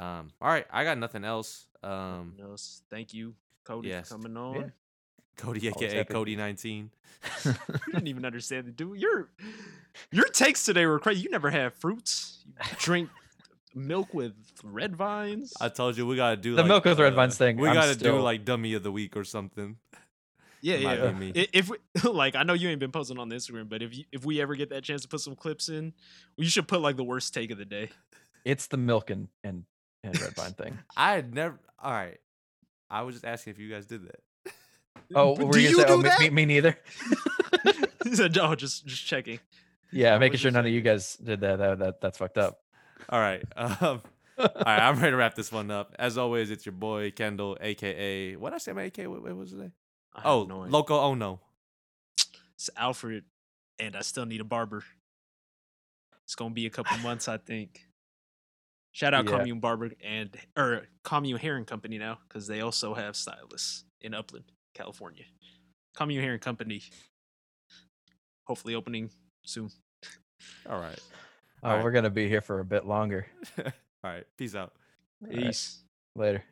Um. All right. I got nothing else. Um.
No, s- thank you, Cody,
Yes.
for coming on.
(laughs) Cody,
Always
aka
happy to
Cody nineteen.
You didn't even understand the dude. Your your takes today were crazy. You never have fruits. You drink milk with red vines.
I told you we gotta do
The
like,
milk with red
uh,
vines thing,
We
I'm
gotta do
still-
like dummy of the week or something.
yeah,
might
yeah.
be me.
I- If we, (laughs) like I know you ain't been posting on the Instagram, but if you, if we ever get that chance to put some clips in, you should put like the worst take of the day. (laughs)
It's the milk and and, and red vine thing.
I had never. All right. I was just asking if you guys did that.
Oh,
But
were
do
you
you
gonna say, oh,
do
me-
that?
me, me neither.
He said, "No, just just checking."
Yeah,
was
making sure
just
none of you guys did that. That, that that's fucked up.
All right. (laughs) Um. All right, I'm ready to wrap this one up. As always, it's your boy Kendall, aka what I say my AK. What, what was his name?
I have
Oh,
no idea.
Loco Oh no.
it's Alfred, and I still need a barber. It's gonna be a couple months, I think. Shout out
Yeah.
Commune Barber and or Commune Hair and Company now, because they also have stylists in Upland, California. Commune Hair and Company, hopefully opening soon.
All right.
Oh,
Alright.
we're gonna be here for a bit longer.
All right. Peace out.
All right,
Peace.
later.